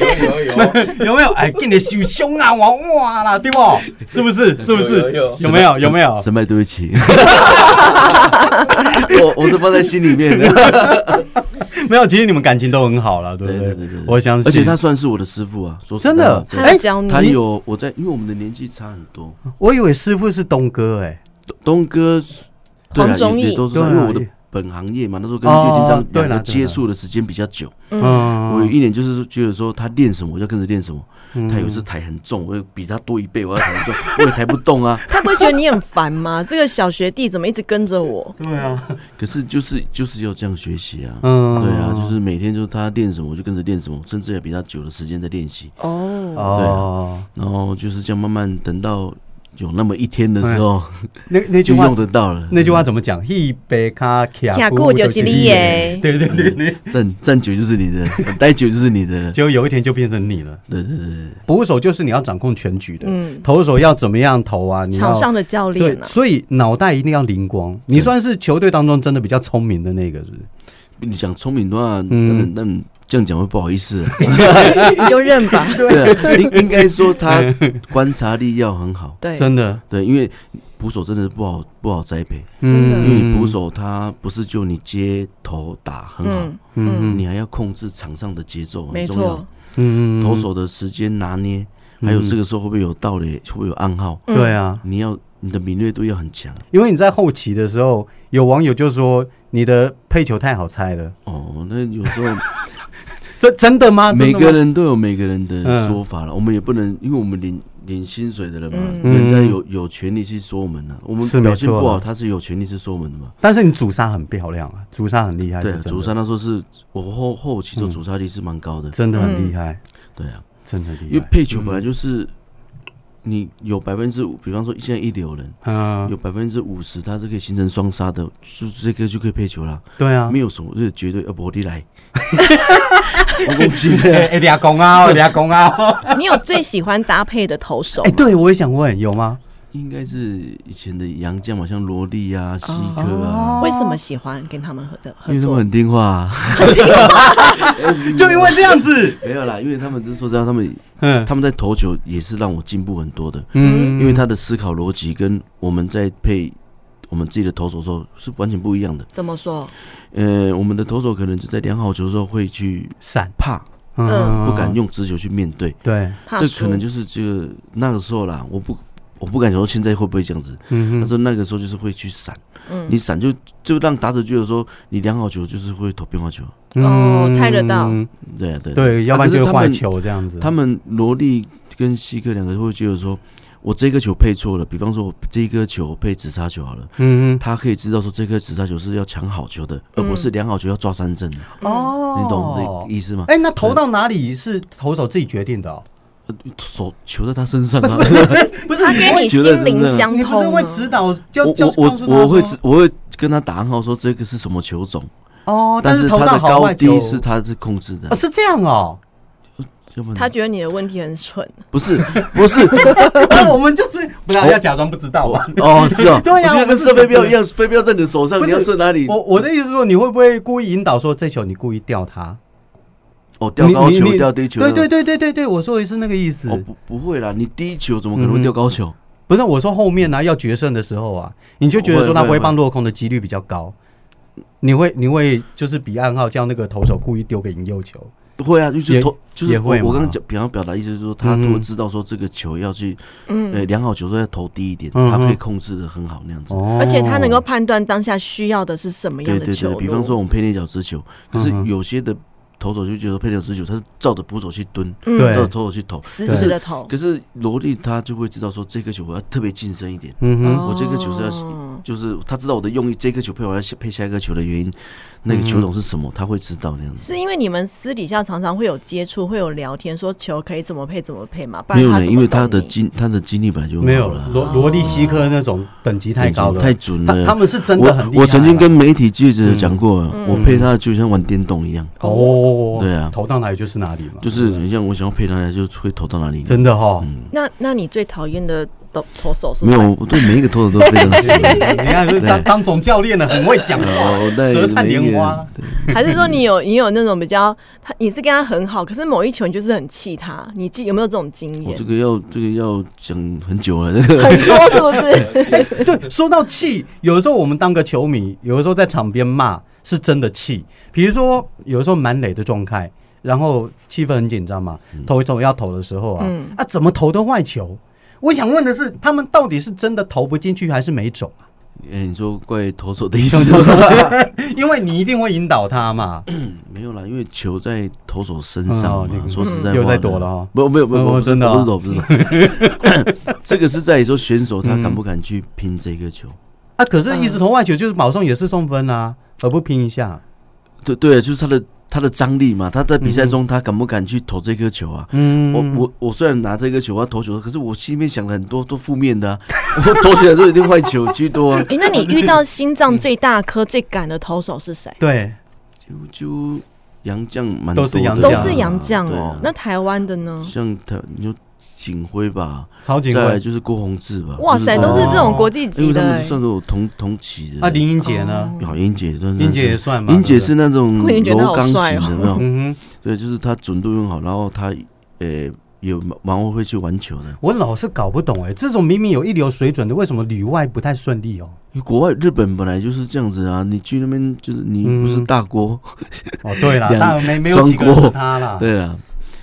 有有有，
有没有？哎，给你手胸啊，哇哇啦，对不？是不是？是不
有
是
有有？
有没有？有没有？
神麦对 不起，我我是放在心里面的，
没有，其实你们感情都很好了，对不
对对对对
我相信，
而且他算是我的师傅啊，说实
真
在
的嗯
话，
他有教你
他有我在，因为我们的年纪差很多，
我以为师傅是东哥哎，
东东哥对
黄
啊，
忠
也
义
也，都是
对
他
啊
因为我的本行业嘛，那时候跟岳金
哦
章
对啦对
两个
啦
接触的时间比较久，
嗯，
嗯，
我有一年就是觉得说他练什么我就跟着练什么，
嗯
他有一次抬很重，我比他多一倍，我要抬很重，我也抬不动啊。
他不会觉得你很烦吗？ 这个小学弟怎么一直跟着我？
对啊，
可是就是就是要这样学习啊，
嗯
对啊，就是每天就是他练什么我就跟着练什么，甚至也比他久的时间在练习，
哦，
哦，
然后就是这样慢慢等到有那么一天的时候，
那哎那句
就
话
用得到了。
那句话怎么讲？一杯咖卡
卡固就是你耶
对对对对，
站站久就是你的， 待久就是你的，
就有一天就变成你了。
对对对，
捕手就是你要掌控全局的，
嗯
投手要怎么样投啊？你要
场上的教练
对，
啊，
所以脑袋一定要灵光。你算是球队当中真的比较聪明的那个，是不是？
你讲聪明的话，那
嗯
那这样讲会不好意思、啊，
你就认 吧。
对啊，应应该说他观察力要很好，
对，
真的，
对，因为捕手真的是不好不好栽培，
嗯
真的
因为捕手他不是就你接头打很好。
嗯嗯，
你还要控制场上的节奏，哦很
没
重要
错。，
嗯
投手的时间拿捏，还有这个时候会不会有盗垒，会不会有暗号？
嗯
对啊，
你要你的敏锐度要很强
因为你在后期的时候，有网友就说你的配球太好猜了，
哦。那有 时候
这真的吗？
每
啊真的吗
个人都有每个人的
嗯
说法了，我们也不能，因为我们领领薪水的人嘛，
嗯
人家有有权利去说我们呢。我们
是没
表现
错啊
不好，他是有权利去说我们的嘛。
但是你主杀很漂亮啊，主杀很厉害，
对
是
啊，
真的嗯
主杀那时候是我后后期做主杀力是蛮高的，
真的很厉
嗯
害，
对啊，
真的很
因为
厉害。
配球本来就是你有百分之五，比方说现在一流人。
嗯
有，百分之五十，它是可以形成双杀的，就这个就可以配球啦，
对啊
没，有什么，就是绝对要不你来，我攻击
哎，哎俩公 啊，俩公啊，
你有最喜欢搭配的投手
哎，
吗？
对我也想问，有吗？
应该是以前的洋将嘛，像罗莉啊、西科啊，
为什么喜欢跟他们合作合
因为他们
作？
很听话、啊，嗯
就因为这样子，
没有啦，因为他们就是说实话，他们
嗯
他们在投球也是让我进步很多的，
嗯
因为他的思考逻辑跟我们在配我们自己的投手的时候是完全不一样的，
怎么说？
呃，我们的投手可能就在量好球的时候会去
闪，
怕，
嗯
不敢，用直球去面对。
对，
怕
这
输
可能就是这个那个时候啦，我不我不敢说现在会不会这样子，
嗯
但是那个时候就是会去闪，
嗯
你闪就就让打者觉得说你量好球就是会投变化球，
嗯
哦猜得到
嗯
对啊对啊
对，要不然
可是
就是
他
坏
们
球这样子，
他们罗莉跟西克两个会觉得说。我这颗球配错了，比方说我这一颗球配直杀球好了，
嗯
他可以知道说这颗直杀球是要抢好球的，而不是量好球要抓三振的，
嗯哦
你懂这意思吗？
哎，那投到哪里是投手自己决定的哦，
手球在他身上啊，
不是
他跟你心灵相
你不是
通
会
啊。
指导， 就
我
就
我
告诉他
我我会
说
知我会跟他打暗号说这个是什么球种，
哦，
但
是
他
投到
的
好
高
坏球
低是他是控制
呃
的
哦，，是这样 哦，
要不然
他觉得你的问题很蠢，
不是 不是
那我们就是不要要假装不知道啊嘛。
哦是哦，
对呀
我现在
我
跟
是
射飞镖
这
一样，飞镖在你的手上，
不
你
是
要射哪里？
我我的意思是说，你会不会故意引导说这球你故意吊他？
哦，掉
你
高
你
球、
你
掉低球，啊
对对对对对对，嗯我说的是那个意思。
哦不不会啦，你低球怎么可能会掉高球？
不是我说后面呢、要决胜的时候啊，你就觉得
哦
说他挥棒落空的几率比较高，你会你会就是比暗号叫那个投手故意丢个引诱球，
会啊，就是
也
投，就是
也
我
会嘛嗯
我刚刚讲，比方表达意思是说，他如果知道说这个球要去，
嗯
呃，量好球说要投低一点，
嗯哼
他可以控制的很好那样子。
哦
而且他能够判断当下需要的是什么样
对
的
对
球
对，
路
比方说，我们配内角直球，可是
嗯哼
有些的投手就觉得配内角直球，他是照着捕手去蹲，
嗯
对
照着投手去投。
死死的投，
可是罗莉他就会知道说，这颗球我要特别近身一点，
嗯哼，
哦
我这个球是要就是他知道我的用意，这颗球配我要下配下一个球的原因，那个球种是什么，他会知道那样子。
是因为你们私底下常常会有接触，会有聊天，说球可以怎么配怎么配嘛？不然
没有
他
呢，
怎么
因为
懂
他的
你
经他的经历本来就很
没
好
有
啦
罗罗利西科那种等级太高了，
太准
他
了。
他们是真的很厉害啊
我。我曾经跟媒体记者讲过，
嗯
我配他就像玩电动一样，
哦，
对啊
投到哪里就是哪里嘛，
就是嗯很像我想要配他，就会投到哪里。
嗯真的哈。
那那你最讨厌的投投手是
没
谁？
有，我对每一个投手都非常 喜欢。
你看，是当当总教练的很会讲话
哦，那
舌灿莲花。
还是说你有你有那种比较他你是跟他很好，可是某一球你就是很气他，你记有没有这种经
我
验
这？个要这个要讲很久了， 这个
很多是不 是？
对，说到气，有的时候我们当个球迷，有的时候在场边骂是真的气。比如说，有的时候满垒的状态，然后气氛很紧张嘛，投一投要投的时候啊，啊怎么投都坏球。我想问的是，他们到底是真的投不进去，还是没 种啊？
哎，你说怪投手的意思？
因为你一定会引导他嘛。
没有啦，因为球在投手身
哦
上
那
嘛。
个
说实在话，
又在躲了哦
不，没有，没有，
哦
不是
真的哦
不是，不是。 这个是在于说选手
嗯
他敢不敢去拼这个球。
啊，可是一直投外球就是保送也是送分啊，何不拼一下？
对对，啊就是他的他的张力嘛，他在比赛中他敢不敢去投这颗球啊？
嗯，
我我我虽然拿这个球要投球，可是我心里面想了很多都负面的、啊， 我投起来都一定坏球居多、啊。
哎、那你遇到心脏最大颗、最赶的投手是谁？
对，
就就杨将蛮
都是
多的
洋
啊
将
都是洋将哦。
对
那
啊
台湾的呢？
像他你就景辉吧，
曹景
再来
惠
就是郭宏志吧。
哇塞，
就
都是这种
哦
国际
因
级
哎为他
的、
们
欸。
算是我同同期的。
啊，林英杰呢？
好，英姐算是
英杰也算嘛，
英姐
对不对
是那 种
我已经觉得
柔
好
刚型
帅
的，
哦
有没有？
嗯 哼，
对，就是他准度用好，然后他呃有蛮蛮会去玩球的。
我老是搞不懂哎、这种明明有一流水准的，为什么里外不太顺利哦？
因为国外日本本来就是这样子啊，你去那边就是你
嗯
不是大锅，
哦，对啦，
两
当然没没有几个人是他啦。
对啊，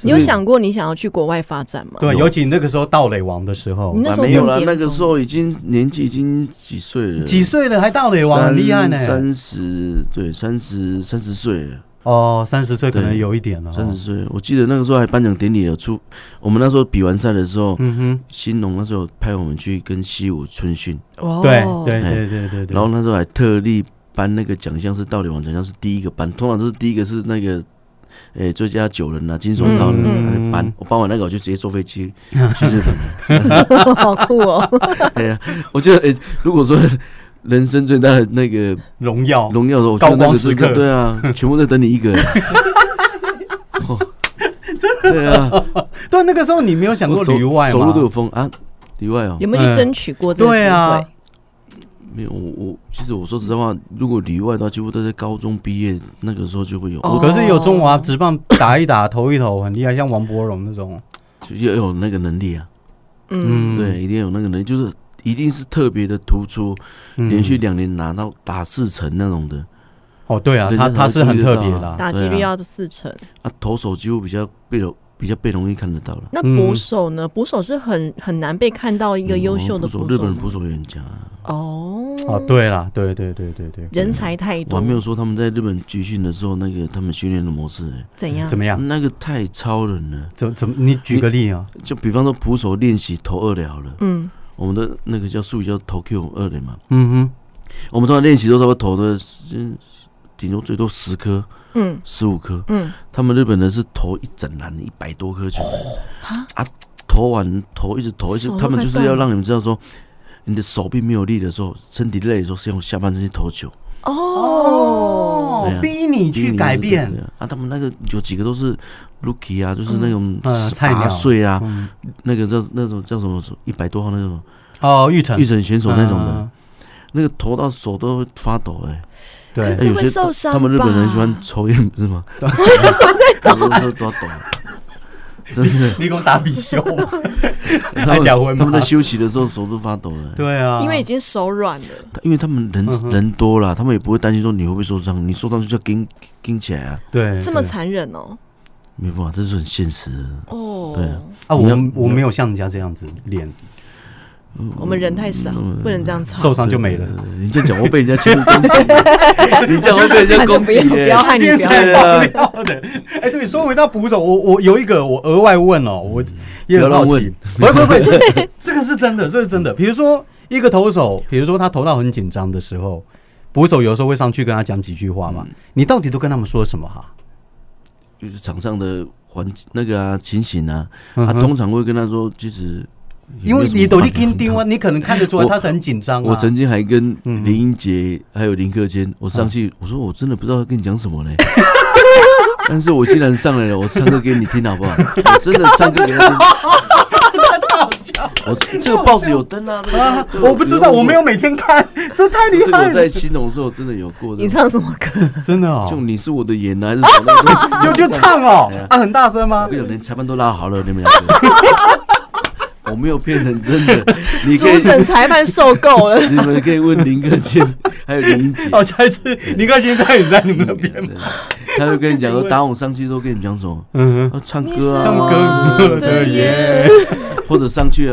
你有想过你想要去国外发展吗？
对，尤其那个时候盗垒王的时候
你，那
啊
时候
没有
正
啦，
巅
那个
峰
时候已经年纪已经几岁了，
几岁了还盗垒王，很厉害呢、
三十对，三十三十岁了，
哦，三十岁可能
对
有一点了、
三十
哦。
岁，我记得那个时候还颁奖典礼有出，我们那时候比完赛的时候，
嗯哼，
新农那时候派我们去跟西武春训，
哦
对对
哎
对对对对。
然后那时候还特地颁那个奖项是道理王奖项是第一个颁，通常都是第一个是那个。诶、最佳九人啊，金手套的
嗯
还
嗯
是颁，我颁完那个我就直接坐飞机去日本。
好酷哦！
哎呀，我觉得，哎、如果说人生最大的那个
荣耀，
荣耀的时候，我觉得那个是
高光时刻
对啊，全部在等你 一个。哦对啊，
对，那个时候你没有想过
我走
里外
走路都有
吗？
风啊，里外哦
有，没有去争取过这个机
对啊
会？
没有我我其实我说实话，如果里外的话，几乎都在高中毕业那个时候就会有，
哦
可是有中华职棒打一打、投一投，很厉害，像王柏荣那种。
就要有那个能力啊，
嗯，
对，一定要有那个能力，就是一定是特别的突出，
嗯
连续两年拿到打四成那种的
哦，对啊，
人
他
家才
他是很
注意
特
得到
别
啊
啦。
打击率要四成。
啊，投手几乎比较被容比较被容易看得到了。
那捕手呢？捕手是很很难被看到一个优秀的
嗯我
捕手
们日
吗，
本人捕手也很强啊。
哦
哦，对啦，对对对对对，
人才太
我
多
还，没有说他们在日本集训的时候，那个他们训练的模式、欸，
怎样
怎？么样？
那个太超人了。
怎怎么？你举个例啊？
就比方说捕手练习投二垒好了，
嗯，
我们的那个叫术语叫投 Q 二垒嘛，
嗯
我们通常练习都差不多投的，嗯，顶多最多十颗、
嗯
十五颗，
嗯，
他们日本人是投一整篮一百多颗
哦
球，啊，投完投一直投一直
手，都
他们
快
就是
断
要
了
让你们知道说，你的手臂没有力的时候，身体累的时候是用下半身去投球，
哼，
哦，
哦
对，啊
逼你去改变
对。啊，啊他们那个有几个都是 rookie 啊，就是那种
呃
十
菜鸟
八岁啊，
嗯
那个叫那种叫什么一百多号那种
哦，玉成
预，选选手那种的，
嗯，
那个投到手都会发抖哎、
可
对
哎
是
有
会
些
受伤
他们日本人
吧
喜欢抽烟不 是吗？
所以手在
他们都都要抖，真的。
你给我打比修嘛？
他
爱
们
假婚
他们在
吗
休息的时候手都发抖了、
对啊，
因为已经手软了。
他因为他们人、
嗯哼
人多了，他们也不会担心说你会不会受伤，你受伤就叫跟跟起来啊，
对
这么
对
残忍哦！
没办法，这是很现实的。
哦，
对
啊，
你
我
要
我没有像人家这样子脸
我们人太
嗯
少，不能这样吵
受。伤就没了。
呃你这样讲会被人家全部攻击， 你这样会 被人家攻 击、
不要不要害你，
今天
不要害
才
你。
爆 料的。哎，对，说回到捕手，我我有一个我额外问哦，我也很好
不要
奇
乱，
不 不不， 是这个是真的，这是真的。比如说一个投手，比如说他投到很紧张的时候，捕手有时候会上去跟他讲几句话嘛。
嗯
你到底都跟他们说什么哈？
就是场上的环那个啊情形啊，
嗯
他
哼
通常会跟他说，其实也
因
没
为
有什么
你抖
办
力
法
跟丢啊，你可能看得出来
我
他很紧张啊。
我曾经还跟
嗯
林英杰还有林克坚，我上去我说我真的不知道要跟你讲 什么嘞，但是我既然上来了，我唱歌给你听好不好？我真的唱歌给他听，
太好笑了
我这个报纸有登 啊，这个
啊！我不知道，我没有。每天看，这太厉
这个
害
我在
了，
青龙的时候真的有过的
你，唱什么歌？
真的哦
就。你是我的眼啊还是什 么？
就就唱哦
哎呀，
啊，很大声吗
我？跟你讲，连裁判都拉好了，你们 两个。我没有骗人，真的。你
主
可以，
审裁判受够了，
你们可以问林克谦，还有林英杰，
哦，下一次你看现在也在你们那边吗？
他会跟你讲说，打我上去都跟你讲什么？
嗯，
啊， 唱
你是
歌啊，
唱歌的耶，
或者上去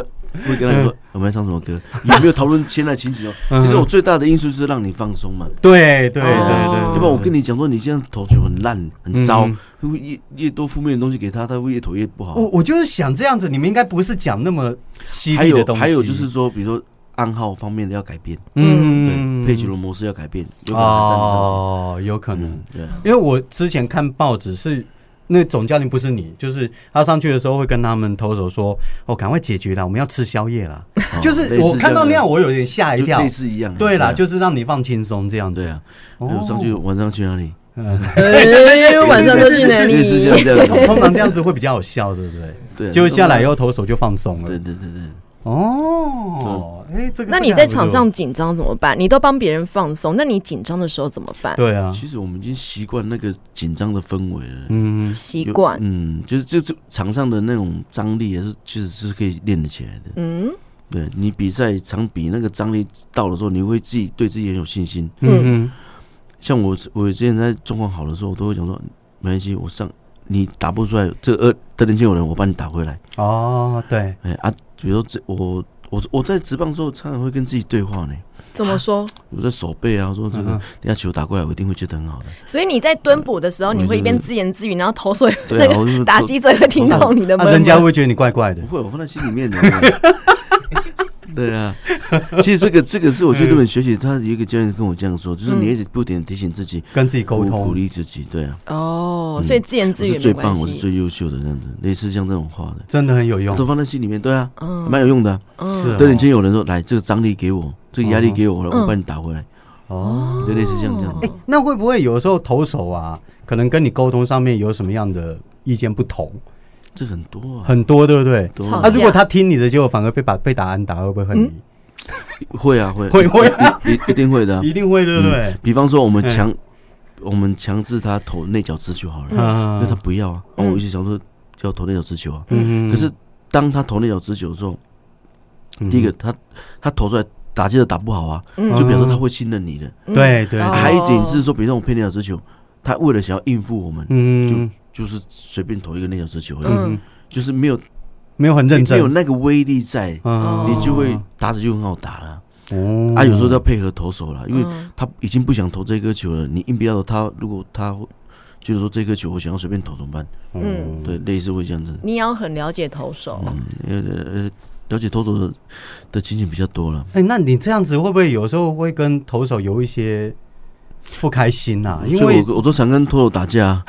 会跟他说我们要唱什么歌， 有没有讨论现在情形哦？
嗯
其实我最大的因素是让你放松嘛，
对对对
哦
对，
要不然我跟你讲说你现在投球很烂很糟
嗯，
会越越多负面的东西给他，他会越投越不好。
我我就是想这样子，你们应该不是讲那么犀
还
利的
有
东西，
还有就是说，比如说暗号方面的要改变，
嗯，
对，配球的模式要改变，有可能还站得上去
哦，有可能
嗯，，对。
因为我之前看报纸是。那总教练不是你，就是他上去的时候会跟他们投手说：“哦，赶快解决啦，我们要吃宵夜啦。
哦
就是我看到那样，，我有点吓
类
一
似这
跳
就类。似一样。
对啦，
啊
就是让你放轻松这样子。
对啊。
哦
还有上去晚上去哪里？
哎晚上都去哪
类似 这样
里？
这样
通
子。
通常这样子会比较有效，对不对？
对啊，
就下来以后投手就放松
对
了。
对对对，
哦，
嗯
哎，这个
那你在场上紧张怎么办？你都帮别人放松，那你紧张的时候怎么办？
对啊，
其实我们已经习惯那个紧张的氛围了。
嗯，
习惯，
嗯，就是就是场上的那种张力也是，其实是可以练得起来的。
嗯
对你比赛场比那个张力到的时候，你会自己对自己很有信心。
嗯
像我我之前在状况好的时候，我都会讲说，没关系，我上你打不出来，这二得人线有人，我帮你打回来。
哼，哦，对，
哎啊，比如说这我我我在职棒的时候，常常会跟自己对话呢。
怎么说？
我在手背啊，我说这个
嗯哼
等下球打过来，我一定会觉得很好的。
所以你在蹲捕的时
嗯
候，你会一边自言自语，然后投手
对啊，我就
打击者会听
哦
到你的
那
闷
啊人家
闷。
会觉得你怪怪的
不。会，我放在心里面的。 对啊，其实这个这个是我去日本学习，他有一个教练跟我这样说，就是你一直不停地提醒自己，
跟自己沟
鼓鼓
通，
励自己，对啊，
哦，所以自言
我
自语
是
没
最
关
棒，我是
系。
最优秀的，这样子，类似像这种话的，
真的很有用
都。放在心里面，对啊，
嗯
蛮有用的啊。
是哦
对，以前有人说，来这个张力给我，这个压力给我，
嗯
我帮你打回来，
哦，
就类似像这样
哎
子。，
那会不会有时候投手啊，可能跟你沟通上面有什么样的意见不同？
这很多啊，
很多，对不对？
多
吵
啊
啊，
架
如果他听你的，结果反而被把被打安打，会不会恨你？
会啊会
会会
一一一定会 的啊。
一定会，对不对
嗯？比方说我们
嗯
强，我们强制他投内角直球好了，因为他
嗯
不要啊，啊
嗯
我一直想说要投内角直球啊，
嗯
可是当他投内角直球的时候，
嗯
第一个他他投出来打击的打不好啊，
嗯
就表示他会信任你的。
嗯
对对
哦
对
还有一点是说，比如说我配内角直球，他为了想要应付我们，
嗯
就是随便投一个内角直球而已，
嗯
嗯，
就是没有
没有很认
没有
真，
那个威力在，
嗯
哦
你就会打着就很好打了。
哦
啊，有时候要配合投手了，因为
嗯
他已经不想投这颗球了，你硬逼到他，如果他会就是说这颗球我想要随便投怎么办？
嗯
对，类似会这样子。
你也要很了解投手，
呃呃，了解投手的的情形比较多了。
哎、那你这样子会不会有时候会跟投手有一些不开心呐、啊因
嗯所以
为
我我都常跟托手打架啊，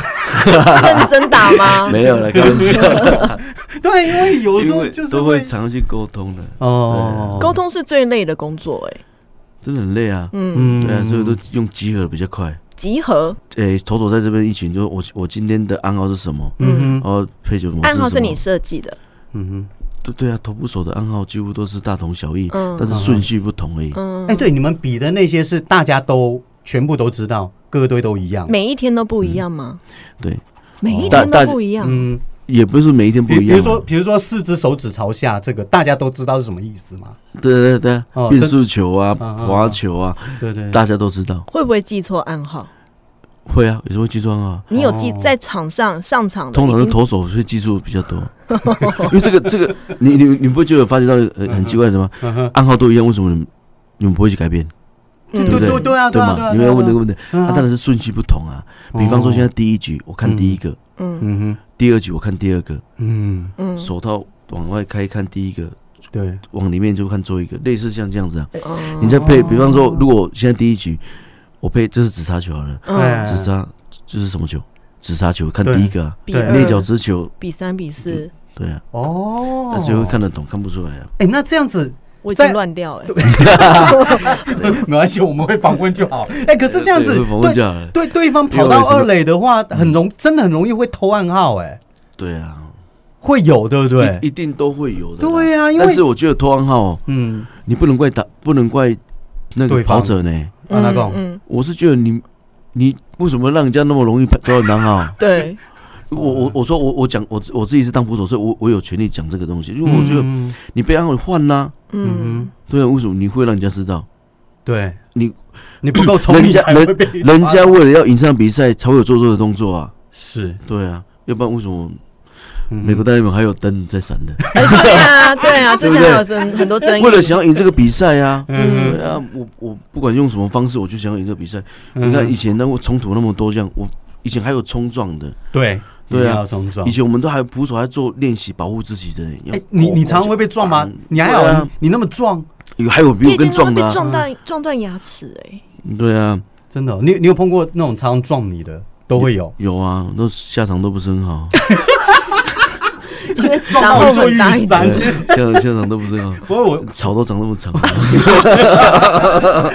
认真打
啊
吗？
没有了，开玩笑，
对，因为有时
因
候
为
就是
都会常常去沟通的，
哦，
沟通是最累的工作，哎，
真的很累啊。
嗯，
嗯
对啊，所以都用集合的比较快。
集合
诶，投手在这边一群，就是我我今天的暗号是什么？
嗯哼
哦，配球模式什么
暗号是你设计的，
嗯哼，
对对啊，头部手的暗号几乎都是大同小异，
嗯
嗯
但是顺序不同而已。
哎，对，你们比的那些是大家都全部都知道，各队都一样。
每一天都不一样吗？
嗯对，
每一
大
天
大
都不一样。
嗯，
也不是每一天不
比
一
比
样
如
啊。
说，比如说四只手指朝下，这个大家都知道是什么意思吗？
对对对
哦
对，变速球啊，
这啊啊
滑球啊，
对对
大家都知道。
会不会记错暗号？
会啊，有时候会记错啊。
你有记
哦
在场上上场的
通常
已
是
经
投手会记住比 较多，因为这个这个，你你你不会就有发觉到呃很很奇怪的吗？
嗯
暗号都一样，为什么你们你们不会去改变？
对
嗯
对不
对对啊对
对
啊
吗
对啊！
你们要问这个
题，
问题，
嗯哦
它当然是顺序不同啊。比方说，现在第一局我看第一个，
嗯
嗯哼
第二局我看第二个，
嗯，
嗯
手套往外开看第一个，
对，
往里面就看最后一个，类似像这样子啊。
嗯
哦
你再配，比方说，如果现在第一局我配这是直杀球好了，
嗯
直杀这是什么球？直杀球看第一个啊，
比
对嗯
二
内角直球，
比三比四，
对啊，
哦，
那就会看得懂，看不出来啊。
哎，那这样子
我已
在
经乱掉了。
没关系，我们会访问就好。哎，可是这样子，
对会访问
对
就好了
对，对方跑到二垒的话，很容真的很容易会偷暗号，哎，
对啊，
会有对不对
一？一定都会有的啦。
对啊因为
但是我觉得投暗号哦，
嗯，
你不能怪打，不能怪那
对
个
方
跑者呢。
阿拉贡，
嗯，嗯？
我是觉得你，你为什么让人家那么容易抓到难 啊
对，
我我我说我我讲我自我自己是当捕手，所以我我有权利讲这个东西。因为
嗯
我觉得你被安慰换啦，
嗯，
对啊，为什么你会让人家知道？
对
你
你不够聪明
人家
才会被
人家为了要赢上比赛才会有做作的动作啊，
是
对啊，要不然为什么
嗯
美国大联盟还有灯在闪的？
哎对啊，对啊，之
对不
前
对
还有很很多争议
为。了想要赢这个比赛啊，
嗯
对啊，我我不管用什么方式，我就想要赢这个比赛。
嗯
你看以前那个冲突那么多，这样我以前还有冲撞的，
对一
对啊
定要冲撞
以。前我们都还捕手还做练习保护自己的呢。要
哎，你你
我
常常会被撞吗
我就？
你还
对
好
啊，
你那么壮，
有还有比
你
我
已经
更
会
壮
被
的、啊，
撞断撞断牙齿哎，
对啊，
真的哦，你你有碰过那种常常撞你的？都会有，
有啊，都下场都不是很好，
因为打后门打一
撞到
针
我，
对下场下场都不是很好，
不过我
草都长那 么长，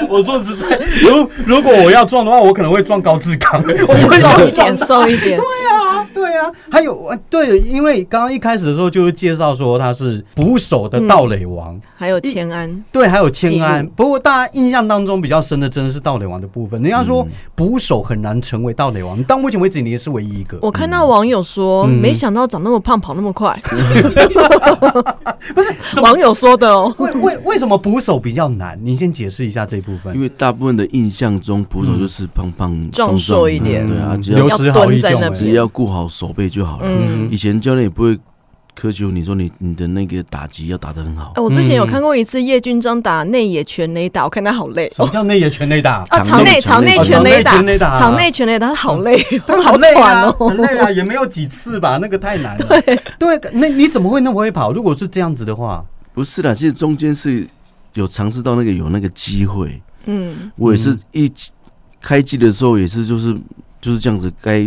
我说实在，如如果我要撞的话，我可能会撞高志刚，我不会
瘦一
撞
点，瘦一点。
啊，对啊，还有呃对，因为刚刚一开始的时候就是介绍说他是捕手的盗垒王，
还有千安，
对，还有千安
记。录
不过大家印象当中比较深的真的是盗垒王的部分。人家说捕手很难成为盗垒王，到目前为止你也是唯一一个。
我看到网友说，
嗯
没想到长那么胖，跑那么快。
怎么嗯
网友说的哦，
为为为什么捕手比较难？你先解释一下这部分
因。为大部分的印象中捕手就是胖胖
嗯壮
壮
硕一
的
点
对啊，只
刘
要
时豪一
要蹲在
种
那
哎
边
只要顾好手背就好了。
嗯
以前教练也不会苛求你说你你的那个打击要打得很好
哎，，我之前有看过一次叶俊章打内野全垒打，我看他好累
什
哦
么。叫内野全垒打？
啊，场内场
场内
内全垒
哦
打
场内全垒打，啊
场内全垒打，他好累，
他
好
很累
喘
啊，很
哦。
累啊，也没有几次 吧，那个太难了。对，那你怎么会那么会跑？如果是这样子的话，
不是啦，其实中间是有尝试到那个有那个机会，
嗯，
我也是一起开机的时候也是就是就是这样子该，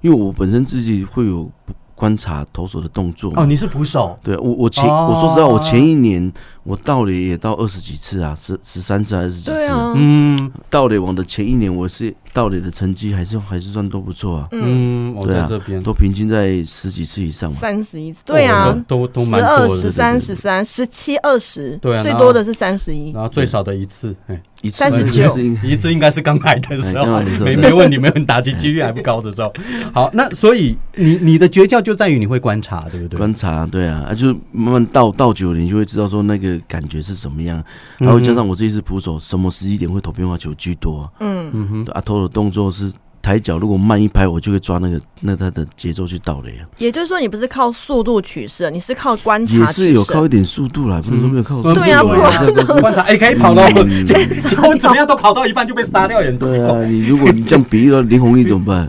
因为我本身自己会有观察投手的动作嘛
哦，你是捕手，
对啊我我前、
哦
我说实话，我前一年我盗垒也到二十几次啊，十十三次还是十几
对
次？
啊，
嗯
盗垒王的前一年我是盗垒的成绩还是还是算都不错啊，
嗯，
嗯，我
对
在
啊
这边
都平均在十几次以上嘛。
三十一次，对啊，
哦都嗯都都
十
蛮
二、
多
十
的。
三、十三、十七、二十，
对啊
最
然后
多的是三十一。
然后最少的一次，哎，
一次
39
应该是应
一次应该是刚来的时
哎刚
候，
来的时候
没
对
没问题，没问题，打击几率还不高的时 候。好，那所以你你的诀窍就在于你会观察，对不对？
观察，对啊，啊就是慢慢到到久了，你就会知道说那个感觉是什么样。然后加上我自己是捕手，什么时机点会投变化球居多啊？
嗯，
嗯哼，
对啊，投的动作是抬脚，如果慢一拍，我就会抓那个那他的节奏去盗垒啊。
也就是说你不是靠速度取胜，你是靠观察
也
取
是有靠
胜。
一点速度啦，不能说没有靠速度。
对
嗯
啊不然
对对
观察，哎，可以跑喽，
嗯
结结果怎么样都跑到一半就被杀掉，也很奇
对
怪。
啊，你如果你这样比喻到林弘毅怎么 办？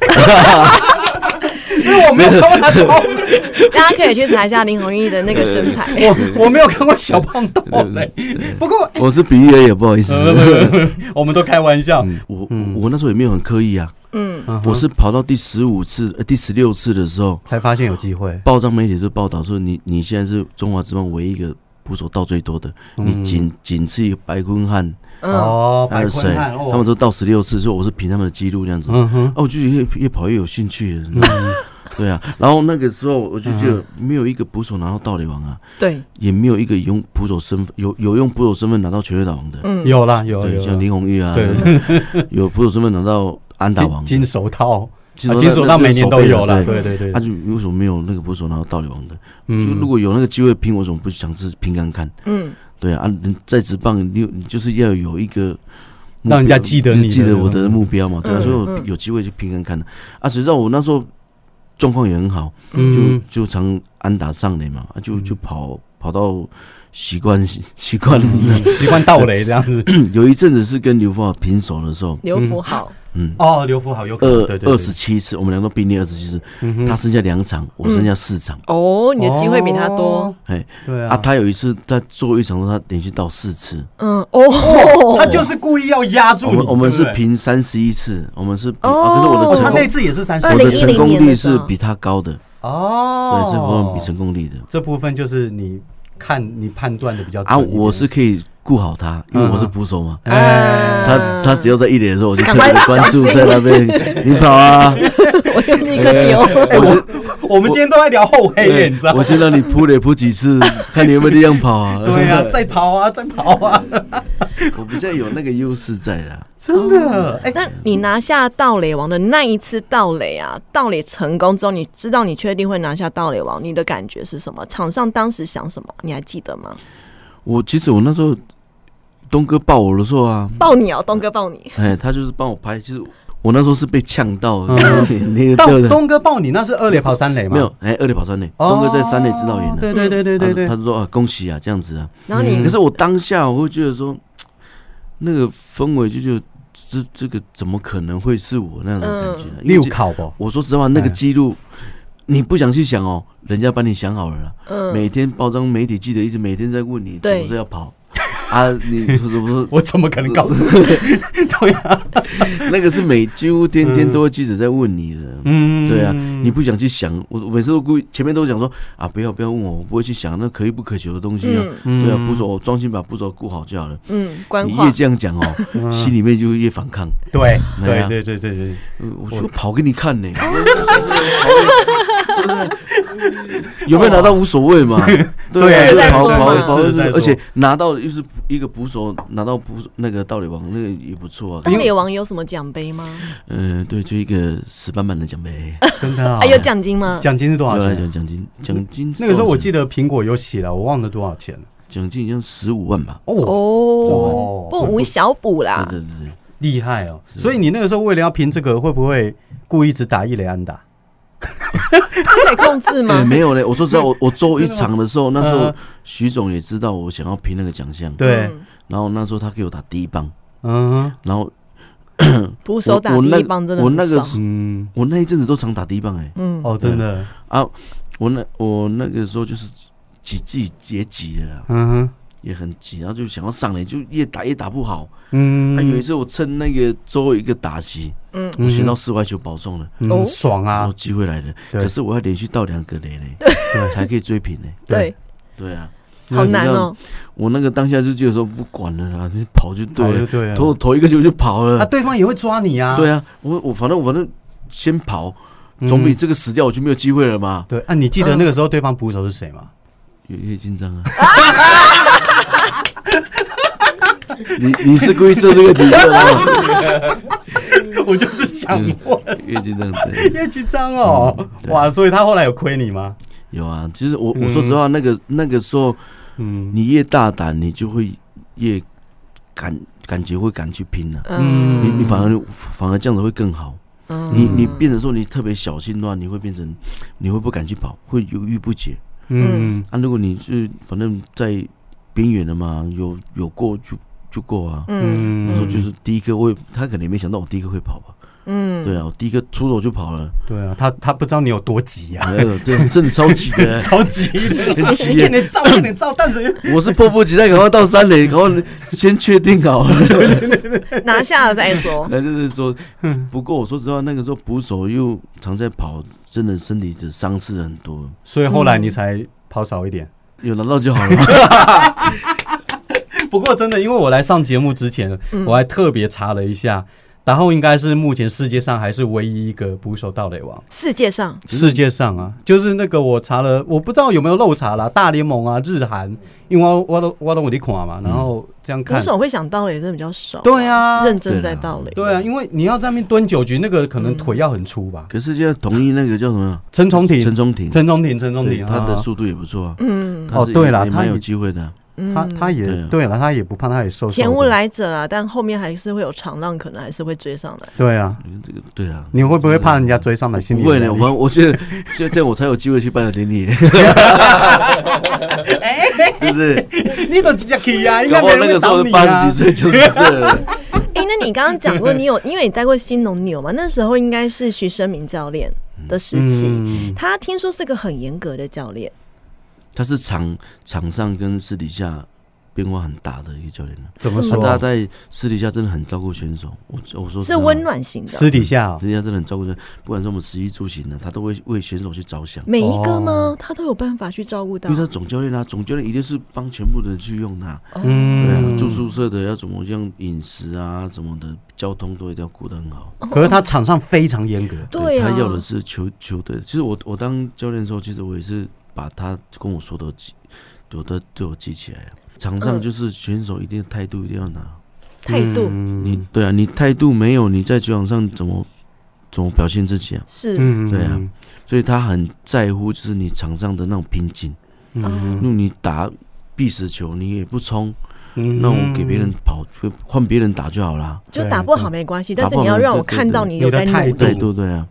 所以我没有看过他跑，
大家可以去查一下林弘毅的那个身 材。
我我没有看过小胖豆嘞。不过
我是比喻而已，不好意思。
我们都开玩笑，
我我那时候也没有很刻意啊，
嗯，
嗯我是跑到第十五次、呃第十六次的时候，
才发现有机会。
报章媒体就报道说你你现在是中华职棒唯一一个捕手到最多的，你仅仅次于白坤汉
嗯，
哦，嗯
还
白
有谁
坤汉，？
他们
哦，嗯
都到十六次，所以我是凭他们的记录那样子。
嗯哼，嗯
哦，我就越越跑越有兴趣了，对啊，然后那个时候我就记得没有一个捕手拿到盗垒王啊，
对，
也没有一个用捕手身份有有用捕手身份拿到全垒打王的，
嗯，
有啦哦有
对，
有
像林红玉啊，
对
有捕手身份拿到安打王
金，金手套，
其
啊
实
金手套每年都有啦，
了，
对对对
啊他，就为什么没有那个捕手拿到盗垒王的？就
嗯，
如果有那个机会拼，我怎么不想是拼看看？
嗯，
对啊，人在职棒，你有你就是要有一个目标
让人家记得你的
记得我的目标嘛，对啊，
嗯
所以我
嗯
有机会去拼看看的啊。实际上我那时候状况也很好，就
嗯，
就常安打上垒嘛，啊就就跑跑到习惯习惯 了。
习惯盗垒这样子。
有一阵子是跟刘富豪平手的时候，
刘福好，
嗯，
哦，刘福好有可
二
能，对对对
二十，七次，我们两个并列二十七次，
嗯哼
他剩下两场，我剩下四场。
哦，你的机会比他多
哦，
哎，
对
啊，
啊，
他有一次在最后一场的时候，他连续到四次。
嗯，哦，
他就是故意要压住
我
你，
们我们是
对不对
平三十一次，我们是平
哦
啊可是我的
哦，
成
他
功
那次也是三十
我
2010
的成功
年
率
的时候
是比他高的，对，
哦，
这部分比成功率的
这部分就是你看你判断的比较
啊，
准一点
我是可以顾好他，因为
嗯
我是捕手嘛。
哎，
他
嗯
他只要在一垒的时候，我就特
赶快
别的关注
小心
在那边，你跑 啊！
我又立刻丢，
哎我我们今天都在聊后黑耶，哎你知道
我
吗？
先让你扑垒扑 几次，看你有没有力量跑啊！
对啊，再跑啊， 再跑啊，
我比较有那个优势在啦。
真的，哎，
那你拿下盗垒王的那一次盗垒啊，盗垒成功之后，你知道你确定会拿下盗垒王，你的感觉是什么？场上当时想什么？你还记得吗？
我其实我那时候东哥抱我的时候啊，
抱你哦，东哥抱你，
哎，他就是帮我拍，其实我那时候是被呛到，
嗯
那个
到
掉的
东哥抱你那是二垒跑三垒吗？
没有，哎，二垒跑三垒，
哦，
东哥在三垒指导员的，
对对对对对对
他，就说啊恭喜啊这样子啊，
然后你、
嗯
可是我当下我会觉得说，那个氛围就就这这个怎么可能会是我那种感觉呢？啊因为
六
其
考不？
我说实话，那个
哎
记录你不想去想哦，人家帮你想好了啦。
嗯，
每天包装媒体记者一直每天在问你
对
是不是要跑啊？你不是不是
我怎么可能 告诉你？对啊，
那个是每几乎天天都会记者在问你的。
嗯
对啊，你不想去想，我我每次都故意前面都讲说啊，不要不要问我，我不会去想那可遇不可求的东西啊。
嗯
嗯
对啊，捕手我专心把捕手顾好就好了。
嗯，官
你
话
越这样讲 哦，
嗯
心里面就越反抗。
对
哎
对
呀
对对对对，
呃我说跑给你看 呢，有没有拿到无所谓嘛？
哦对
对
是在
啊，跑
说嘛
跑跑
是在，说
而且拿到又是一个捕手，拿到捕手那个盗垒王，那个也不错啊
哎
盗。垒王有什么奖杯吗？
嗯，对，就一个死板板的奖杯，
真的啊
还、，有奖金吗？
奖金是多少
有来
钱？
讲奖金，奖金
那个时候我记
得
得苹果有写了，我忘了多少钱了。
奖金好像十五万吧。
哦，
哦，
哦
不无小补啦，
对对对对，
厉害哦！所以你那个时候为了要拼这个，会不会故意只打一雷安打？
他可以控制
哎
吗？
没有嘞，我说实在，我我周一场的时候，那时候
嗯
徐总也知道我想要拼那个奖项，
对，
嗯，
然后那时候他给我打第一棒，
嗯哼
然后
捕手打
我
第
那
一棒真的
我
很
那个
爽
时
嗯，
我那一阵子都常打第一棒哎、
嗯，
哦，真的，
啊，我那我那个时候就是急自己也急了啦，
嗯哼，
也很急，然后就想要上来，就越打越打不好。
嗯
啊，有一次我趁那个周围一个打席，
嗯，
我先到室外球保送了，
嗯
哦
爽
然后
啊！
机会来了，
对
可是我要连续到两个雷嘞，才可以追平嘞。
对，
对啊，
好难哦，
我那个当下就觉得说不管了啦，就跑就对
对对
了，投投一个球就跑
啊，
了。
对方也会抓你啊。
对啊，我我反正我反正先跑，
嗯
总比这个死掉我就没有机会了嘛。
对啊，你记得那个时候对方捕手是谁吗？
有些紧张啊。 你你是故意设这个啊题目的 吗？
我就是想问，
越紧张对，
叶菊章哦，哇！所以他后来有亏你吗？
有啊。其实我我说实话，那个那个时候，
嗯
你越大胆，你就会越感感觉会敢去拼了、
嗯
你你反而反而这样子会更好。
嗯，
你你变成说你特别小心的话，你会变成你会不敢去跑，会犹豫不决
嗯
啊。如果你是反正在边缘了嘛，有有过就就过啊。
嗯
嗯
那时候就是第一个会，他可能也没想到我第一个会跑吧。
嗯，
对啊，我第一个出手就跑了，
对啊，他他不知道你有多急啊，
哎呦，对，真的 超级 的，
超急 的，
很急
一
耶。
点照，一点照，但是
我是迫不及待，赶快到三垒，赶快先确定好 了。
拿下了再说，
那就是说，不过我说实话，那个时候捕手又常在跑，真的身体的伤势很多，
所以后来你才跑少一点。
有拿到就好了。
嗯
不过真的，因为我来上节目之前，我还特别查了一下然后应该是目前世界上还是唯一一个捕手盗垒王。
世界 上
世界上啊，就是那个我查了，我不知道有没有漏查啦，大联盟啊、日韩，因为我我都我都我的垮嘛，然后这样
鼓
看，
嗯手会想盗垒真的比较少，
对啊，
认真在盗垒，
对啊，因为你要在那边蹲九局，那个可能腿要很粗
嗯
吧。
可是现在同意那个叫什么？
陈崇
陈
廷，
忠廷，
陈崇廷，陈崇
对
廷，
他的
啊
速度也不错啊。
嗯，
他是
哦对啦
也
他
蛮
也
有机会的啊。
他他
对
也
啊
对了，他也不胖，他也瘦瘦的，
前无来者啦，但后面还是会有长浪，可能还是会追上来。
对啊，
嗯这个对啊，
你会不会怕人家追上来？心里
不
有
会呢，
压
我
力
反正我觉得这这样我才有机会去办的 典礼，
哎
对不对？
你都直接去啊，应
搞
该
不
没人
好那
会
个时候
找你
八
啊
十几。岁就是这，
哎、那你刚刚讲过，你有因为你待过新农牛嘛？那时候应该是徐生明教练的时期，
嗯，
他听说是个很严格的教练，
他是场场上跟私底下变化很大的一个教练了。
怎么
他他
说？
在私底下真的很照顾选手，我我说啊
是温，暖型的，
私底下哦
私底下真的很照顾选手，不管是我们食衣住行呢，他都会为选手去着想。
每一个吗？他都有办法去照顾到
因为。他总教练啊，总教练一定是帮全部的人去用的、啊，
哦
对啊，
嗯，
住宿舍的要怎么样饮食啊，怎么的，交通都一定要顾得很好。
哦
可是他场上非常严格，
对啊，
他要的是球球队。其实我我当教练的时候，其实我也是把他跟我说的记，有的都有记起来了。啊场上
嗯
就是选手一定态度一定要拿，
态度，
嗯
你对啊，你态度没有，你在球场上怎么怎么表现自己啊？
是
嗯
对啊，所以他很在乎，就是你场上的那种拼劲。因
哦
嗯
为你打必死球，你也不冲，
嗯
那我给别人跑，换别人打就好啦。
就打不好没关系，
对
但是你要让我看到你有在
打不好哎
努
对
对
力。
对对啊，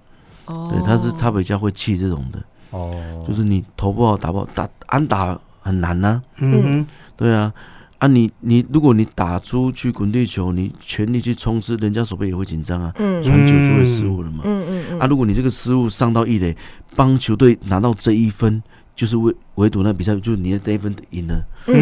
哦
对，他是他比较会气这种的，
哦
就是你投不好打不好打安打很难呐、
嗯
对啊，啊你你如果你打出去滚地球，你全力去冲刺，人家手背也会紧张啊，
嗯
传球就会失误了嘛。
嗯嗯嗯
啊，如果你这个失误上到一垒，帮球队拿到这一分，就是为唯独那比赛就是你的这一分赢了，
嗯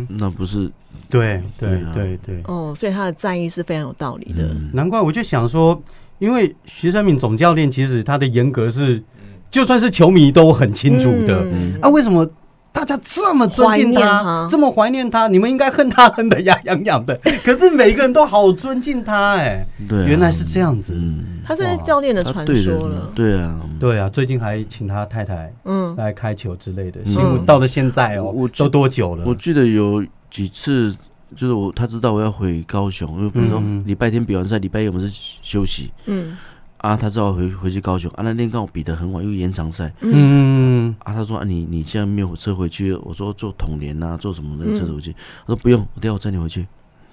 嗯嗯，
那不是
对对
对啊
对对，
哦，所以他的在意是非常有道理的。
嗯
难怪我就想说，因为徐生敏总教练其实他的严格是，就算是球迷都很清楚的
嗯
啊，为什么？大家这么尊敬
怀念
他
他，
这么怀念他，你们应该恨他恨得牙痒痒的。可是每个人都好尊敬他，哎，
对啊、
原来是这样子。
嗯，
他算是教练的传
对
说
人
了。
对啊，
对啊，最近还请他太太
嗯，
来开球之类的
嗯
新闻，到了现在哦，
我
都多久了
我？记得有几次，就是我他知道我要回高雄，因为比如说
嗯
礼拜天比完赛，礼拜一我们是休息
嗯
啊，他知道我回回去高雄啊，那天刚好比得很晚，因为延长赛
嗯，
啊，他说啊你你现在没有车回去，我说坐统联啊，坐什么
嗯
那个车子回去，他说不用，我等一下我载你回去，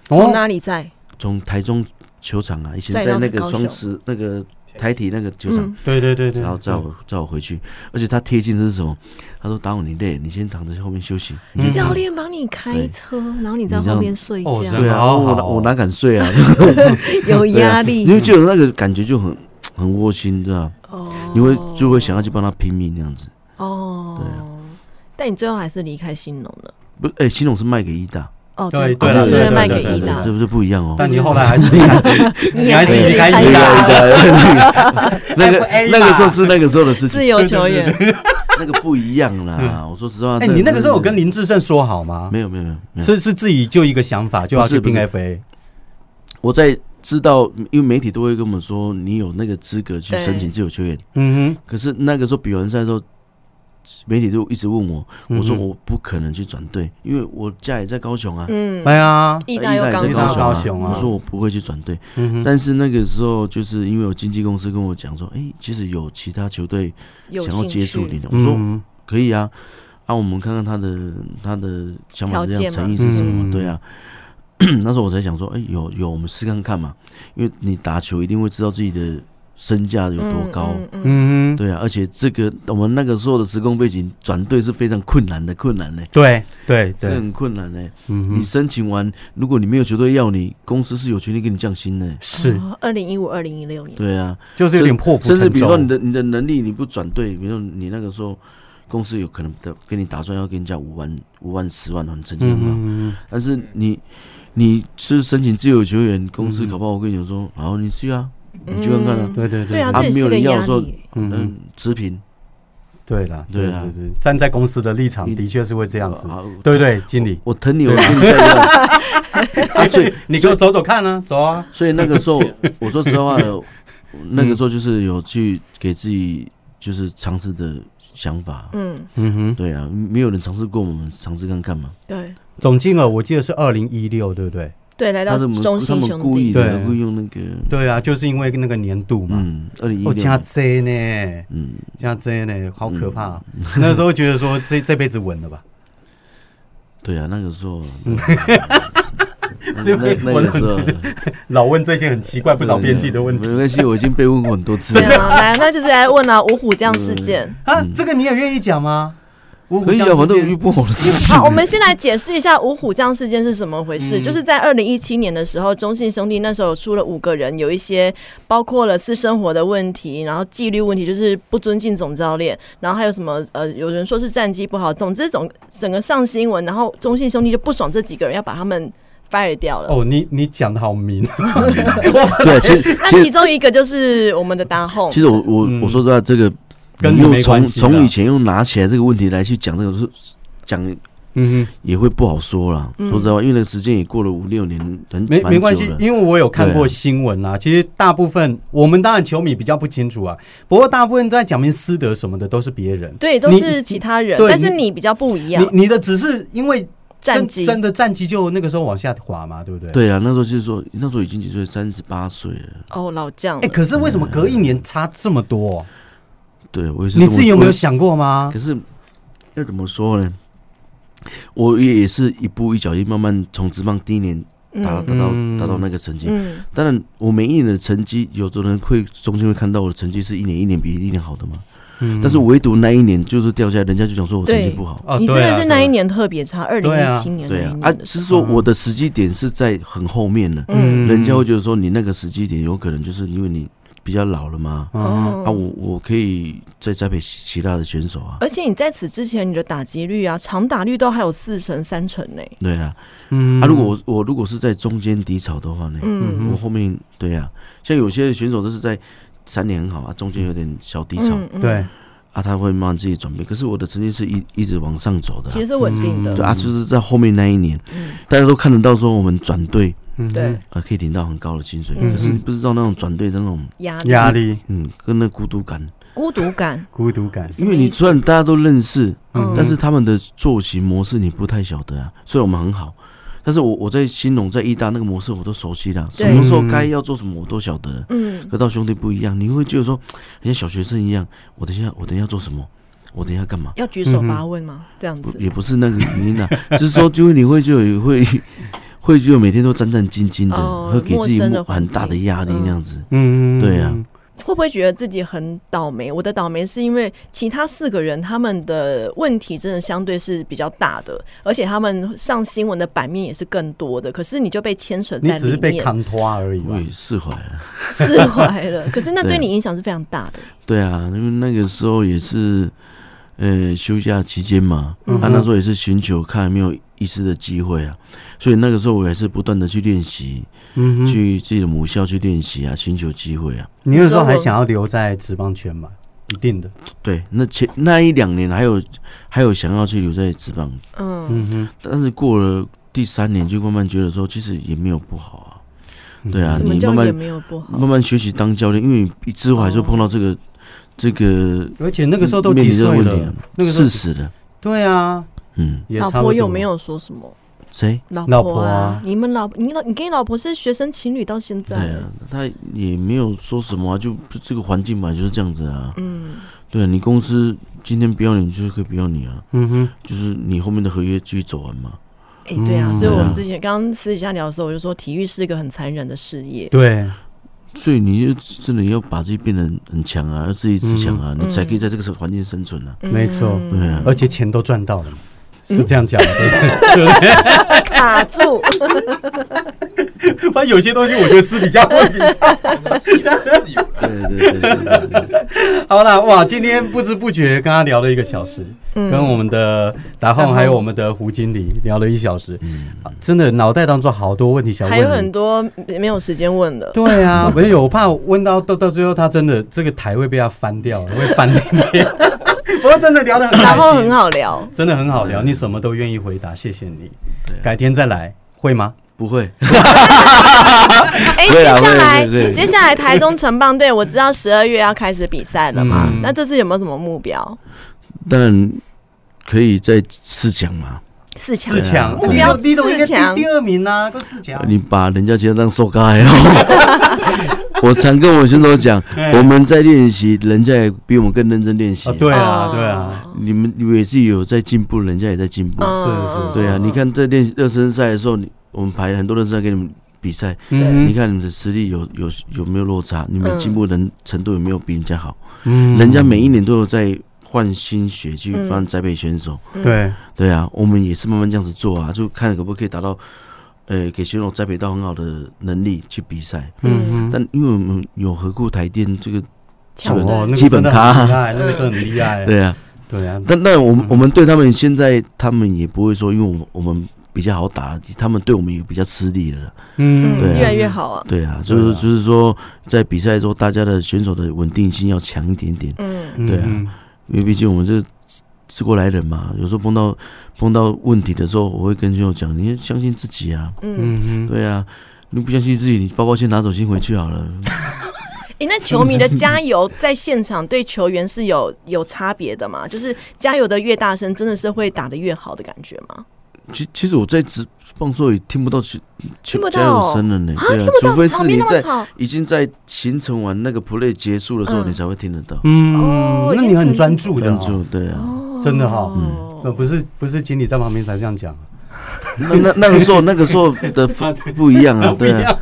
从
哦，
哪里在？
从台中球场啊，以前
载
在
到
那个
高雄
双十那个台体那个球场
嗯。
对对对对，
然后载我载我回去，而且他贴近的是什么？他说：“打我你累，你先躺在后面休息。你
嗯
先
教
躺
练帮你开车，然后你在
你这
后
样
面睡觉
哦，这样
对啊，
好
我
好
哪
哦
我哪敢睡啊？
有
对啊
压力
嗯
因为就有那个感觉就很很窝心，知道吧？
哦。
你会就会想要去帮他拼命那样子。
哦
对，
但你最后还是离开新农了。
不，哎、新总是卖给伊大，
哦，
对
对
对
哦
啦
对
对啊
卖给
对对
伊达
这，不是不一样哦。
但哎你后来还是离 开，
你
你还是
也
离开
可以
伊
伊
达
啊
达， 那个
FA 啦
那个时候是那个时候的事
自
情，
由球员。
那个不一样啦。我说实话，
哎，你那个时候有跟
你
林志胜说好吗？
没有没有没有没有，
是是自己就一个想法，就要去拼
不是
FA。
我在知道，因为媒体都会跟我们说，你有那个资格去
对
申请自由球员。
嗯
可是那个时候比完赛的时候，媒体就一直问我，
嗯哼，
我说我不可能去转队，因为我家也在高雄啊。
嗯，
哎呀，
意大又
也在
刚
义大
到
又高雄啊
我说我不会去转队，
嗯哼，
但是那个时候就是因为有经纪公司跟我讲说，哎、其实有其他球队
有
想要
兴
接
趣
触你，的，我说
嗯
可以啊，啊，我们看看他的他的想法是这
条
样，
件嘛
诚意是什么，
嗯
对啊。 那时候我才想说，哎、有有，我们试看看嘛，因为你打球一定会知道自己的身价有多高，
嗯嗯嗯
嗯哼，
对啊，而且这个我们那个时候的时空背景转队是非常困难的，困难呢、
对对
是
对，
很困难呢、
嗯
你
哼，
申请完，如果你没有球队要你，公司是有权利给你降薪的、
是，
哦，二零一五、二零一六年，
对啊，
就是有点破釜沉
甚
舟。
至比如说你的你的能力你不转队，比如说你那个时候公司有可能的跟你打算要跟人家五万、五万、十万，很成绩很好，
嗯
但是你你是申请自由球员，公司
嗯
搞不好我跟你说，然后你去啊，你去看看啊
哼，
嗯
对对
对啊，
啊
这也
没有
是个
人要
压
说
力。
嗯
嗯，持平，
对啦，
对啊
对对，站在公司的立场，
你
的确是会这样子
呃啊，
对不对，经理？
我疼你，我跟 你在一样。啊所以
你给我走走看啊，走啊，
所以那个 时候，我说实话的，那个时候就是有去给自己就是尝试的想法。
嗯，
嗯哼。
对啊，没有人尝试过，我们尝试看看嘛。
对
总金额我记得是二零一六，对不对？
对，来到
他是我
中
们他
心
们
兄
故意
弟，
对
的，故意用那个
对啊，就是因为那个年度嘛。
嗯，二零一
哦，加
六，
Z 呢，
嗯，
加 Z 呢，好可怕、那时候觉得说这这辈子稳了吧？
对啊，那个 时候，那个那那个时候
老问这些很奇 怪、不着边际的问题
没关系，我已经被问过很多次
对
了。
啊，来，那就是来问啊，五虎将事件。
啊，这个你也愿意讲吗？我
嗯可以啊，反正我遇不好的事情
好，。我们先来解释一下五虎将事件是怎么
嗯
回事。就是在二零一七年的时候，中信兄弟那时候出了五个人，有一些包括了私生活的问题，然后纪律问题，就是不尊敬总教练，然后还有什么呃，有人说是战绩不好，总之总整个上新闻，然后中信兄弟就不爽这几个人，要把他们 fire 掉了。
哦，你你讲的好明，啊
对，其实
那
其
其
实
中一个就是我们的达宏
其，实我我
嗯
我说实话，这个
跟你
又
没关
从
系啦啊
从以前又拿起来这个问题来去讲这个是讲
嗯哼，
也会不好说啦。
嗯
说实话，因为那个时间也过了五六年，很
没
蛮
没关系
久，了啊
因为我有看过新闻啦、其实大部分我们当然球迷比较不清楚啊，不过大部分在讲明私德什么的都是别人，
对，都
你
是其他人，
对
但是
你
你比较不一样，
你你的只是因为
战
真
绩。
真的战绩就那个时候往下滑嘛，对不对？。
对啊，那时候就是说，那时候已经几岁？三十八岁了。
哦，老将
哎、，可是为什么隔一年差这么多？
对我也是这
你
么。
自己有没有
我
想过吗
可？是要怎么说呢？我也是一步一脚印，慢慢从职棒第一年达到
嗯
达到
嗯
达到那个成绩。
嗯，
当然，我每一年的成绩，有的人会中间会看到我的成绩是一年一年比一年好的嘛。
嗯
但是唯独那一年就是掉下来，人家就讲说我成绩不好。
哦
你真
对啊
的是那
对
一年特别差，二零
对啊
一七年那
对
一
啊，
年
啊，
的时
是说我的时机点是在很后面
啊
了，
嗯
人家会觉得说你那个时机点有可能就是因为你比较老了嘛。
候，
嗯
啊，我我可以再栽培其他的选手啊。
而且你在此之前，你的打击率啊，长打率都还有四成、三成呢。
对啊，
嗯
啊，如果我我如果是在中间低潮的话呢，
嗯
我后面对啊，像有些选手都是在三年很好啊，中间有点小低潮、
嗯，
对
嗯，
啊，他会慢慢自己转变。可是我的成绩是一一直往上走的啊、
其实是稳定
对
的。
啊，就是在后面那一年，
嗯
大家都看得到说我们转队
嗯
对，
啊可以领到很高的薪水，
嗯
可是你不知道那种转队的那种
压力、
压力、
嗯跟那孤独感，
孤独感，
孤独感，
因为你虽然大家都认识，
嗯
但是他们的作息模式你不太晓得啊。虽然我们很好，但是我我在新农在意大那个模式我都熟悉了，
对
什么时候该要做什么我都晓得了。
嗯
可到兄弟不一样，你会觉得说，很像小学生一样，我等一下我等一下做什么，我等一下干嘛，
要举手发问吗？这样
不
子，
也不是那个原因啊， 就是说就会你会就有会 会就每天都战战兢兢的，
哦
会给自己
陌生的环
很
境
大的压力那样子。
嗯
对啊，
会不会觉得自己很倒霉？我的倒霉是因为其他四个人他们的问题真的相对是比较大的，而且他们上新闻的版面也是更多的，可是你就被牵扯
你
在
只是
里
被
面，
扛拖而已嘛
我。也释怀啊了，
释怀了。可是那对
对
你影响是非常大的。
对啊，因为那个时候也是，呃，休假期间嘛，他、
嗯
那时候也是寻求看有没有一丝的机会啊，所以那个时候我也是不断的去练习，
嗯哼，
去自己的母校去练习啊，寻求机会啊。
你那时候还想要留在职棒圈嘛？一定的，
对，那前那一两年还有还有想要去留在职棒，
嗯，
嗯哼，
但是过了第三年就慢慢觉得说，其实也没有不好啊。
嗯
对啊，
什么
你
叫
慢
也
慢
没有不好？哦
慢慢学习当教练，因为你之后还是会碰到这个、这个
而且那个时候都
面
几
临这个
岁
问题啊
了，，那个时候
事实的，
对啊，
嗯，
也
老
差不多
婆有没？有说什么？
谁？
老
老
婆
婆啊
你们老你老你跟你老婆是学生情侣到现在
对，啊，他也没有说什么啊，就就这个环境嘛就是这样子啊。
嗯，
对啊，你公司今天不要你，就是可以不要你啊，
嗯哼，
就是你后面的合约继续走完嘛。
哎、对啊，
嗯
所以我
对
们
啊
之前刚刚私底下聊的时候，我就说体育是一个很残忍的 事业，
对，
所以你就真的要把自己变得很很强啊，要自立自强啊，你才可以在这个环境生存啊。
嗯
没错
对啊，
而且钱都赚到了嘛，是这样讲的，对 啊
卡住，
不对？反正有些东西我觉得私底下会比
对对对对对对
好啦，哇，今天不知不觉跟他聊了一个小时，跟我们的达
嗯达
宏
宏
还有我们的胡经理聊了一小时，
嗯
啊真的脑袋当中好多问题想问你。
还有很多没有时间问 的。
对啊， 没有，我怕问到到到最后，他真的这个台会被他翻掉，会翻脸。 不过真的聊得很开心，
然后很好嗯聊。
真的很好聊，你什么都愿意回答，谢谢你。
啊
改天再来会吗？
不会，
哎，
对
接
啊
下
对对
来
对
接下来台中城棒队，我知道十二月要开始比赛了嘛，
嗯
那这次有没有什么目标？
但可以再四强嘛？
四强
四，强，
目标
第都应该
四强
第第二名呐，都四强。
啊你把人家鸡蛋当受害哦。 我常跟我选手讲
哎，
我们在练习，人家也比我们更认真练习
哦，。对啊，
哦
对啊，
你们你们也自己有在进步，人家也在进
嗯
步。
是是
对啊，你看在练热身赛的时候，你我们排很多热身赛给你们比赛，你
嗯
看你们的实力有有有没有落差？你们
嗯
进步能程度有没有比人家好？
嗯
人家每一年都有在换新血去
嗯
帮栽培选手。
嗯对，
对啊，我们也是慢慢这样子做啊，就看可不可以达到，呃，给选手栽培到很好的能力去比赛。
嗯，
但因为我们有合顾台电这个，
强
本
哦，那
队
个
基本
真的很厉
咖
害，那个真的很厉害。
对啊，
对啊，
但但我们我们对他们现在他们也不会说，因为我们我们比较好打，他们对我们也比较吃力了啦。
嗯，
对
嗯，
啊
越来越好啊，
对啊，就是
对啊
就是说，在比赛中大家的选手的稳定性要强一点点，
嗯，
嗯
对啊
嗯
因为毕竟我们这是过来人嘛，有时候碰到碰到问题的时候，我会跟选手讲，你要相信自己啊，
嗯，
嗯嗯，
对啊，你不相信自己，你包包先拿走，先回去好了。
诶，那球迷的加油在现场对球员是有有差别的吗？就是加油的越大声，真的是会打得越好的感觉吗？
其其实我在直棒座也听不到球球
听不到
加油声了呢，
啊，
对
听
啊，
不
除
到，
非是
场
你
边那么
在
吵，
已经在形成完那个 play 结束的时候，
嗯
你才会听得到。
嗯
哦，
那你很专注的
专
哦，
注对啊，
哦
真的哈呃，不是不是，经理在旁边才这样讲，啊
那那那个时候那个时候 的不一样啊，对啊，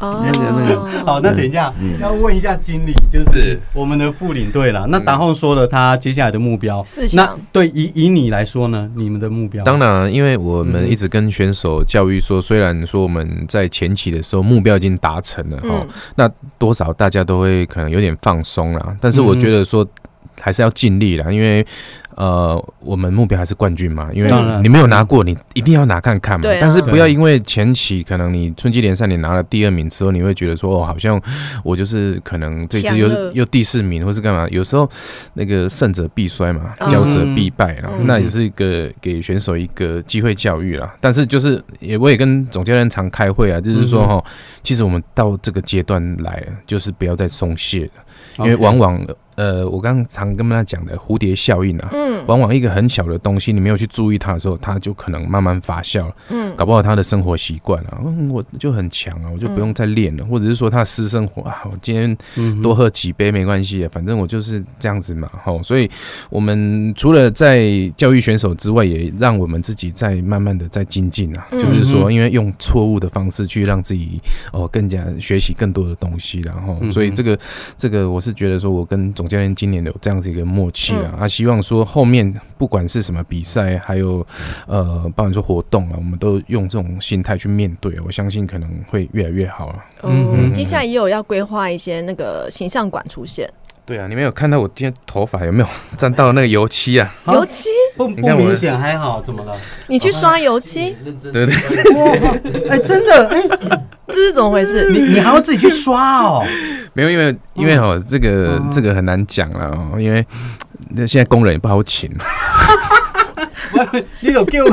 哦
那个那个
好，那等一下
嗯
要问一下经理，就是我们的副领队了。那达浩说了他接下来的目标，
四强
那对以以你来说呢，你们的目标？
当然，因为我
嗯
们一直跟选手教育说，虽然说我们在前期的时候目标已经达成了哈、
嗯
那多少大家都会可能有点放松啦，但是我
嗯
觉得说还是要尽力
嗯
啦，因为呃，我们目标还是冠军嘛，因为
当然
你没有拿过，你一定要拿看看嘛。
对啊
但是不要因为前期可能你春季联赛你拿了第二名之后，你会觉得说哦，好像我就是可能这次
强
又
了
又第四名，或是干嘛？有时候那个胜者必衰嘛，
嗯
骄者必败啦，
嗯
那也是一个给选手一个机会教育啦。但是就是也我也跟总教练常开会啊，就是说
嗯
哈、其实我们到这个阶段来，就是不要再松懈了，因
OK
为往往呃，我刚常跟他讲的蝴蝶效应啊。
嗯
往往一个很小的东西，你没有去注意它的时候，它就可能慢慢发酵了。
嗯
搞不好他的生活习惯啊，嗯，我就很强啊，我就不用再练了，或者是说他的私生活啊，我今天
嗯
多喝几杯没关系，反正我就是这样子嘛，吼。所以我们除了在教育选手之外，也让我们自己在慢慢的在精进啊，
嗯
就是说，因为用错误的方式去让自己哦更加学习更多的东西，然后
嗯，哼
所以这个这个我是觉得说，我跟总教练今年有这样子一个默契啊，
嗯
啊，希望说后面不管是什么比赛，还有呃，包含说活动啊，我们都用这种心态去面对，啊我相信可能会越来越好啊。
哦，接下来也有要规划一些那个形象馆出现，
对啊，你们有看到我今天头发有没有 沾到那个油漆啊？
好
油漆，
不
你
不
看我
明显，还好，怎么 了？
你去刷油漆，
对 对
哎，真的，哎，
这是怎么回 事？
你你还要自己去刷 哦，
没有，因为因为
嗯
哦，这个这个很难讲了哦，因为那现在工人也不好请，
你有给我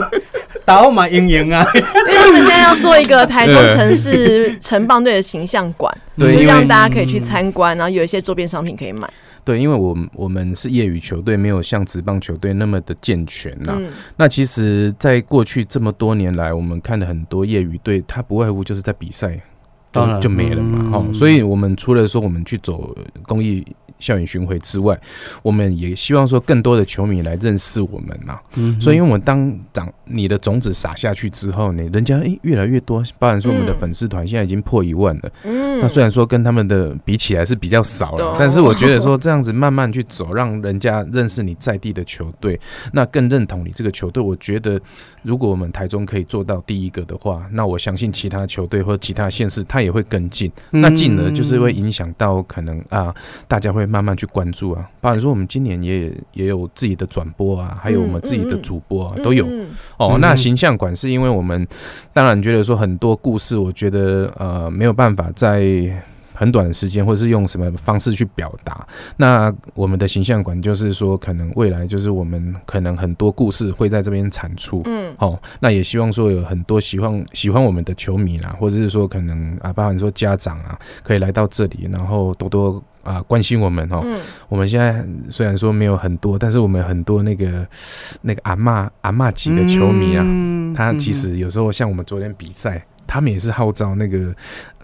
打号码赢 赢啊？
因为他们现在要做一个台中城市城棒队的形象馆，就
对
是
因为
让大家可以去参观，然后有一些周边商品可以买。
对，因为我们我们是业余球队，没有像职棒球队那么的健全呐、
嗯
那其实，在过去这么多年来，我们看的很多业余队，它不外乎就是在比赛，
当然
就就没了嘛。
嗯
哦，所以我们除了说我们去走公益校园巡回之外，我们也希望说更多的球迷来认识我们啊嘛。
嗯
所以，因为我们当长你的种子撒下去之后呢，人家诶越来越多，包含说我们的
嗯
粉丝团现在已经破一万了。
嗯
那虽然说跟他们的比起来是比较少了
懂，
但是我觉得说这样子慢慢去走，让人家认识你在地的球队，那更认同你这个球队。我觉得如果我们台中可以做到第一个的话，那我相信其他球队或其他县市他也会跟进，那进而就是会影响到可能啊，大家会慢慢去关注啊。包含说我们今年也也有自己的转播啊，还有我们自己的主播啊，都有。
嗯
哦，
嗯
那形象馆是因为我们当然觉得说很多故事，我觉得呃没有办法在很短的时间，或是用什么方式去表达。那我们的形象馆就是说，可能未来就是我们可能很多故事会在这边产出。
嗯，
哦，那也希望说有很多喜欢喜欢我们的球迷啦，或者是说可能啊，包含说家长啊，可以来到这里，然后多多啊、关心我们哦。
嗯
我们现在虽然说没有很多，但是我们很多那个那个阿嬷阿嬷级的球迷啊，
嗯
他其实有时候像我们昨天比赛，他们也是号召那个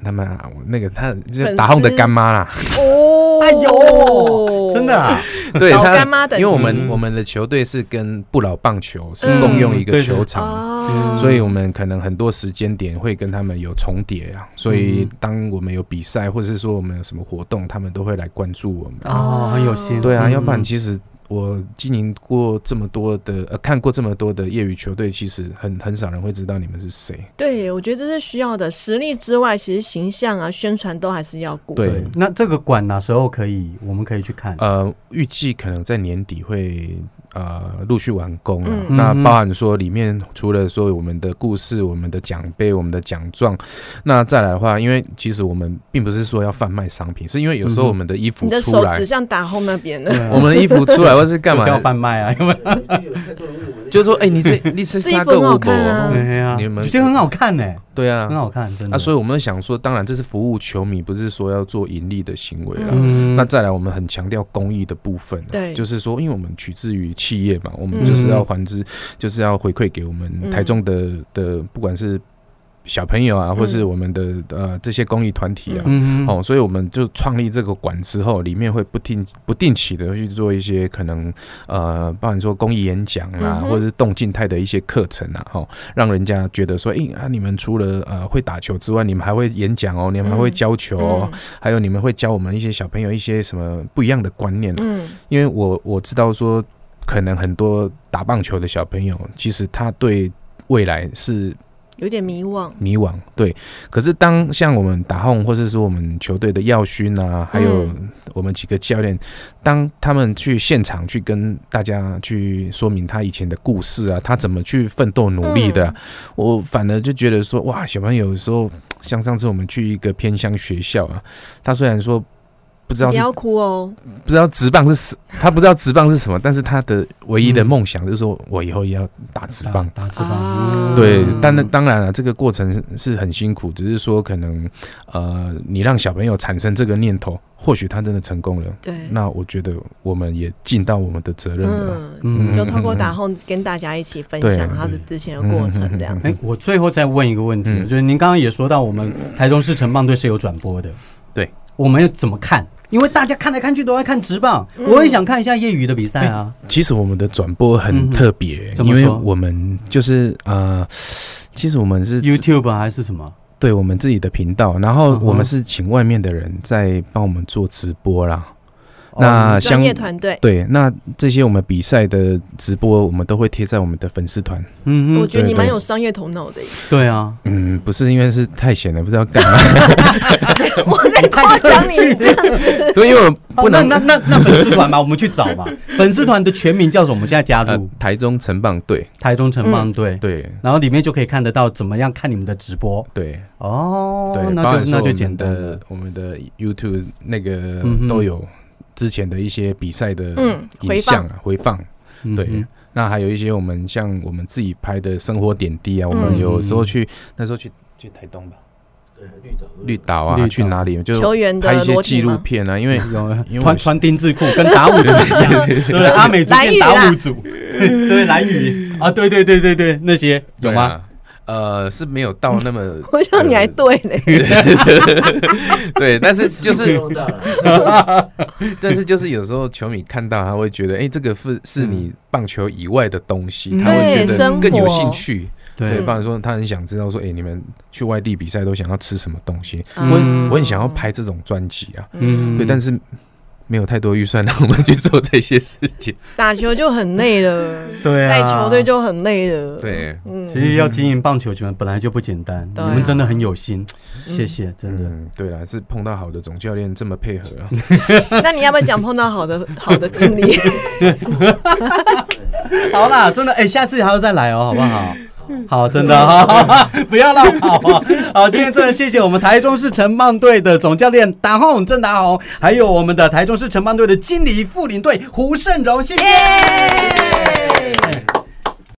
他们啊那个他就是打
粉丝
红的干妈啦，
哦
哎呦，真的啊，
对
老
他
干妈等
因为我
级
嗯
们我们的球队是跟不老棒球是
嗯
共用一个
对
球
对
场的。
嗯
哦
所以我们可能很多时间点会跟他们有重叠啊，所以当我们有比赛，或者是说我们有什么活动，他们都会来关注我们。
哦，很有心，
对啊，
嗯
要不然其实我经营过这么多的，呃，看过这么多的业余球队，其实很很少人会知道你们是谁。
对，我觉得这是需要的。实力之外，其实形象啊、宣传都还是要顾。
对
对，那这个馆哪时候可以，我们可以去看？
呃，预计可能在年底会呃陆续完工啊。
嗯
那
嗯
包含说里面除了说我们的故事、我们的奖杯、我们的奖状，那再来的话，因为其实我们并不是说要贩卖商品，是因为有时候
嗯哼
我们的衣服
你的
出
手
来
指，向打后那边
对
了，
啊
我们的衣服出来或是干
就是要
嘛？
贩卖啊，因为
就是说，哎、你这你是
这衣
三
服
个
很好
五
看啊
博，
对啊，
你们
觉得很好看呢，
对啊，
很好看，真的。
啊，所以我们想说，当然这是服务球迷，不是说要做盈利的行为啦。啊
嗯
那再来，我们很强调公益的部分、啊，
对
就是说，因为我们取自于企业嘛，我们就是要还之，就是要回馈给我们
嗯嗯
台中的、的，不管是小朋友啊，或是我们的、呃这些公益团体啊。
嗯
哦，所以我们就创立这个馆之后，里面会不定不定期的去做一些可能呃，包含说公益演讲啦
嗯，哼
或者是动静态的一些课程啊，哈、让人家觉得说，诶，啊，你们除了呃会打球之外，你们还会演讲哦，你们还会
嗯
教球哦，
嗯
还 有你们会教我们一些小朋友一些什么不一样的观念、
嗯
因为我我知道说，可能很多打棒球的小朋友，其实他对未来是
有点迷惘。
迷惘，对。可是当像我们打轰，或者说我们球队的耀勋啊，还有我们几个教练，当他们去现场去跟大家去说明他以前的故事啊，他怎么去奋斗努力
嗯
的啊、我反而就觉得说，哇，小朋友有时候，像上次我们去一个偏乡学校啊，他虽然说。不知道
不
是
要哭哦，
不知道直棒是什，他不知道直棒是什么，但是他的唯一的梦想就是说我以后也要打直棒。
打直
啊
棒，嗯
对，但那当然了，这个过程是很辛苦，只是说可能，呃，你让小朋友产生这个念头，或许他真的成功了。
对，
那我觉得我们也尽到我们的责任了。
嗯，
嗯
就透过打后跟大家一起分享
对
他的之前的过程，这样
嗯嗯嗯嗯
哎、我最后再问一个问题，
嗯
就是您刚刚也说到，我们台中市城棒队是有转播的，
对，
我们要怎么看？因为大家看来看去都在看直棒，
嗯
我也想看一下业余的比赛啊。
其实我们的转播很特别、
嗯怎
因
么说
为我们就是呃，其实我们是
YouTube 啊还是什么？
对我们自己的频道，然后
嗯哼
我们是请外面的人在帮我们做直播啦。那
哦
像
专业团队，
对，那这些我们比赛的直播，我们都会贴在我们的粉丝团。
嗯
我
哼，
觉得你蛮
对对
有商业头脑的耶。
对啊，
嗯，不是因为是太闲了，不知道干嘛。
我在夸奖你这样，
对，因为我不
哦那
能、
那那那粉丝团嘛，我们去找 嘛。粉丝团的全名叫什么？我们现在加
呃
入、
台中城棒队，
台中城棒队，
对
然后里面就可以看得到怎么样看你们的直播
对
哦
对，。包
那
含
就
说
那
我
就
们
简单了
的。我们的 YouTube 那个
嗯哼
都有之前的一些比赛的
嗯
影像啊、回放，
嗯
对。
哼
那还有一些我们像我们自己拍的生活点滴啊，我
嗯
们有时候去那时候去去台东吧，
绿
绿岛
岛
啊，
嗯
去哪里就
球员
拍
的
一些
裸
纪
体
录
吗？
片啊，因为因为
有
我
穿穿丁字裤，跟打五组一样， 对不对？阿美族
蓝
变
雨
打
啦
五组， 对蓝雨啊，对对对对对，那些有
对
吗？
啊？呃，是没有到 那么
我想你还对 嘞，
对，但是就是
用到了，
但是就是有时候球迷看到他会觉得，哎、这个是是你棒球以外的东西，
嗯
他会
对
觉
生
得更有
活
兴趣。对，
对
不然说他很想知道说，哎、你们去外地比赛都想要吃什么东西？
嗯
我很我很想要拍这种专辑啊，
嗯
对，但是没有太多预算让我们去做这些事情。
打球就很累了，
对
带
啊，
球队就很累了。，
对，
其
嗯，
实要经营棒球圈本来就不简单，你
对啊
们真的很有心，谢谢，真的。
嗯，对啦，是碰到好的总教练这么配合啊。
那你要不要讲碰到好的好的经历？
好啦，真的，哎，下次还要再来哦，好不好？好，真的 哈，不要乱跑啊！好，今天真的谢谢我们台中市城棒队的总教练达宏郑达宏，还有我们的台中市城棒队的经理副领队胡胜荣，谢谢。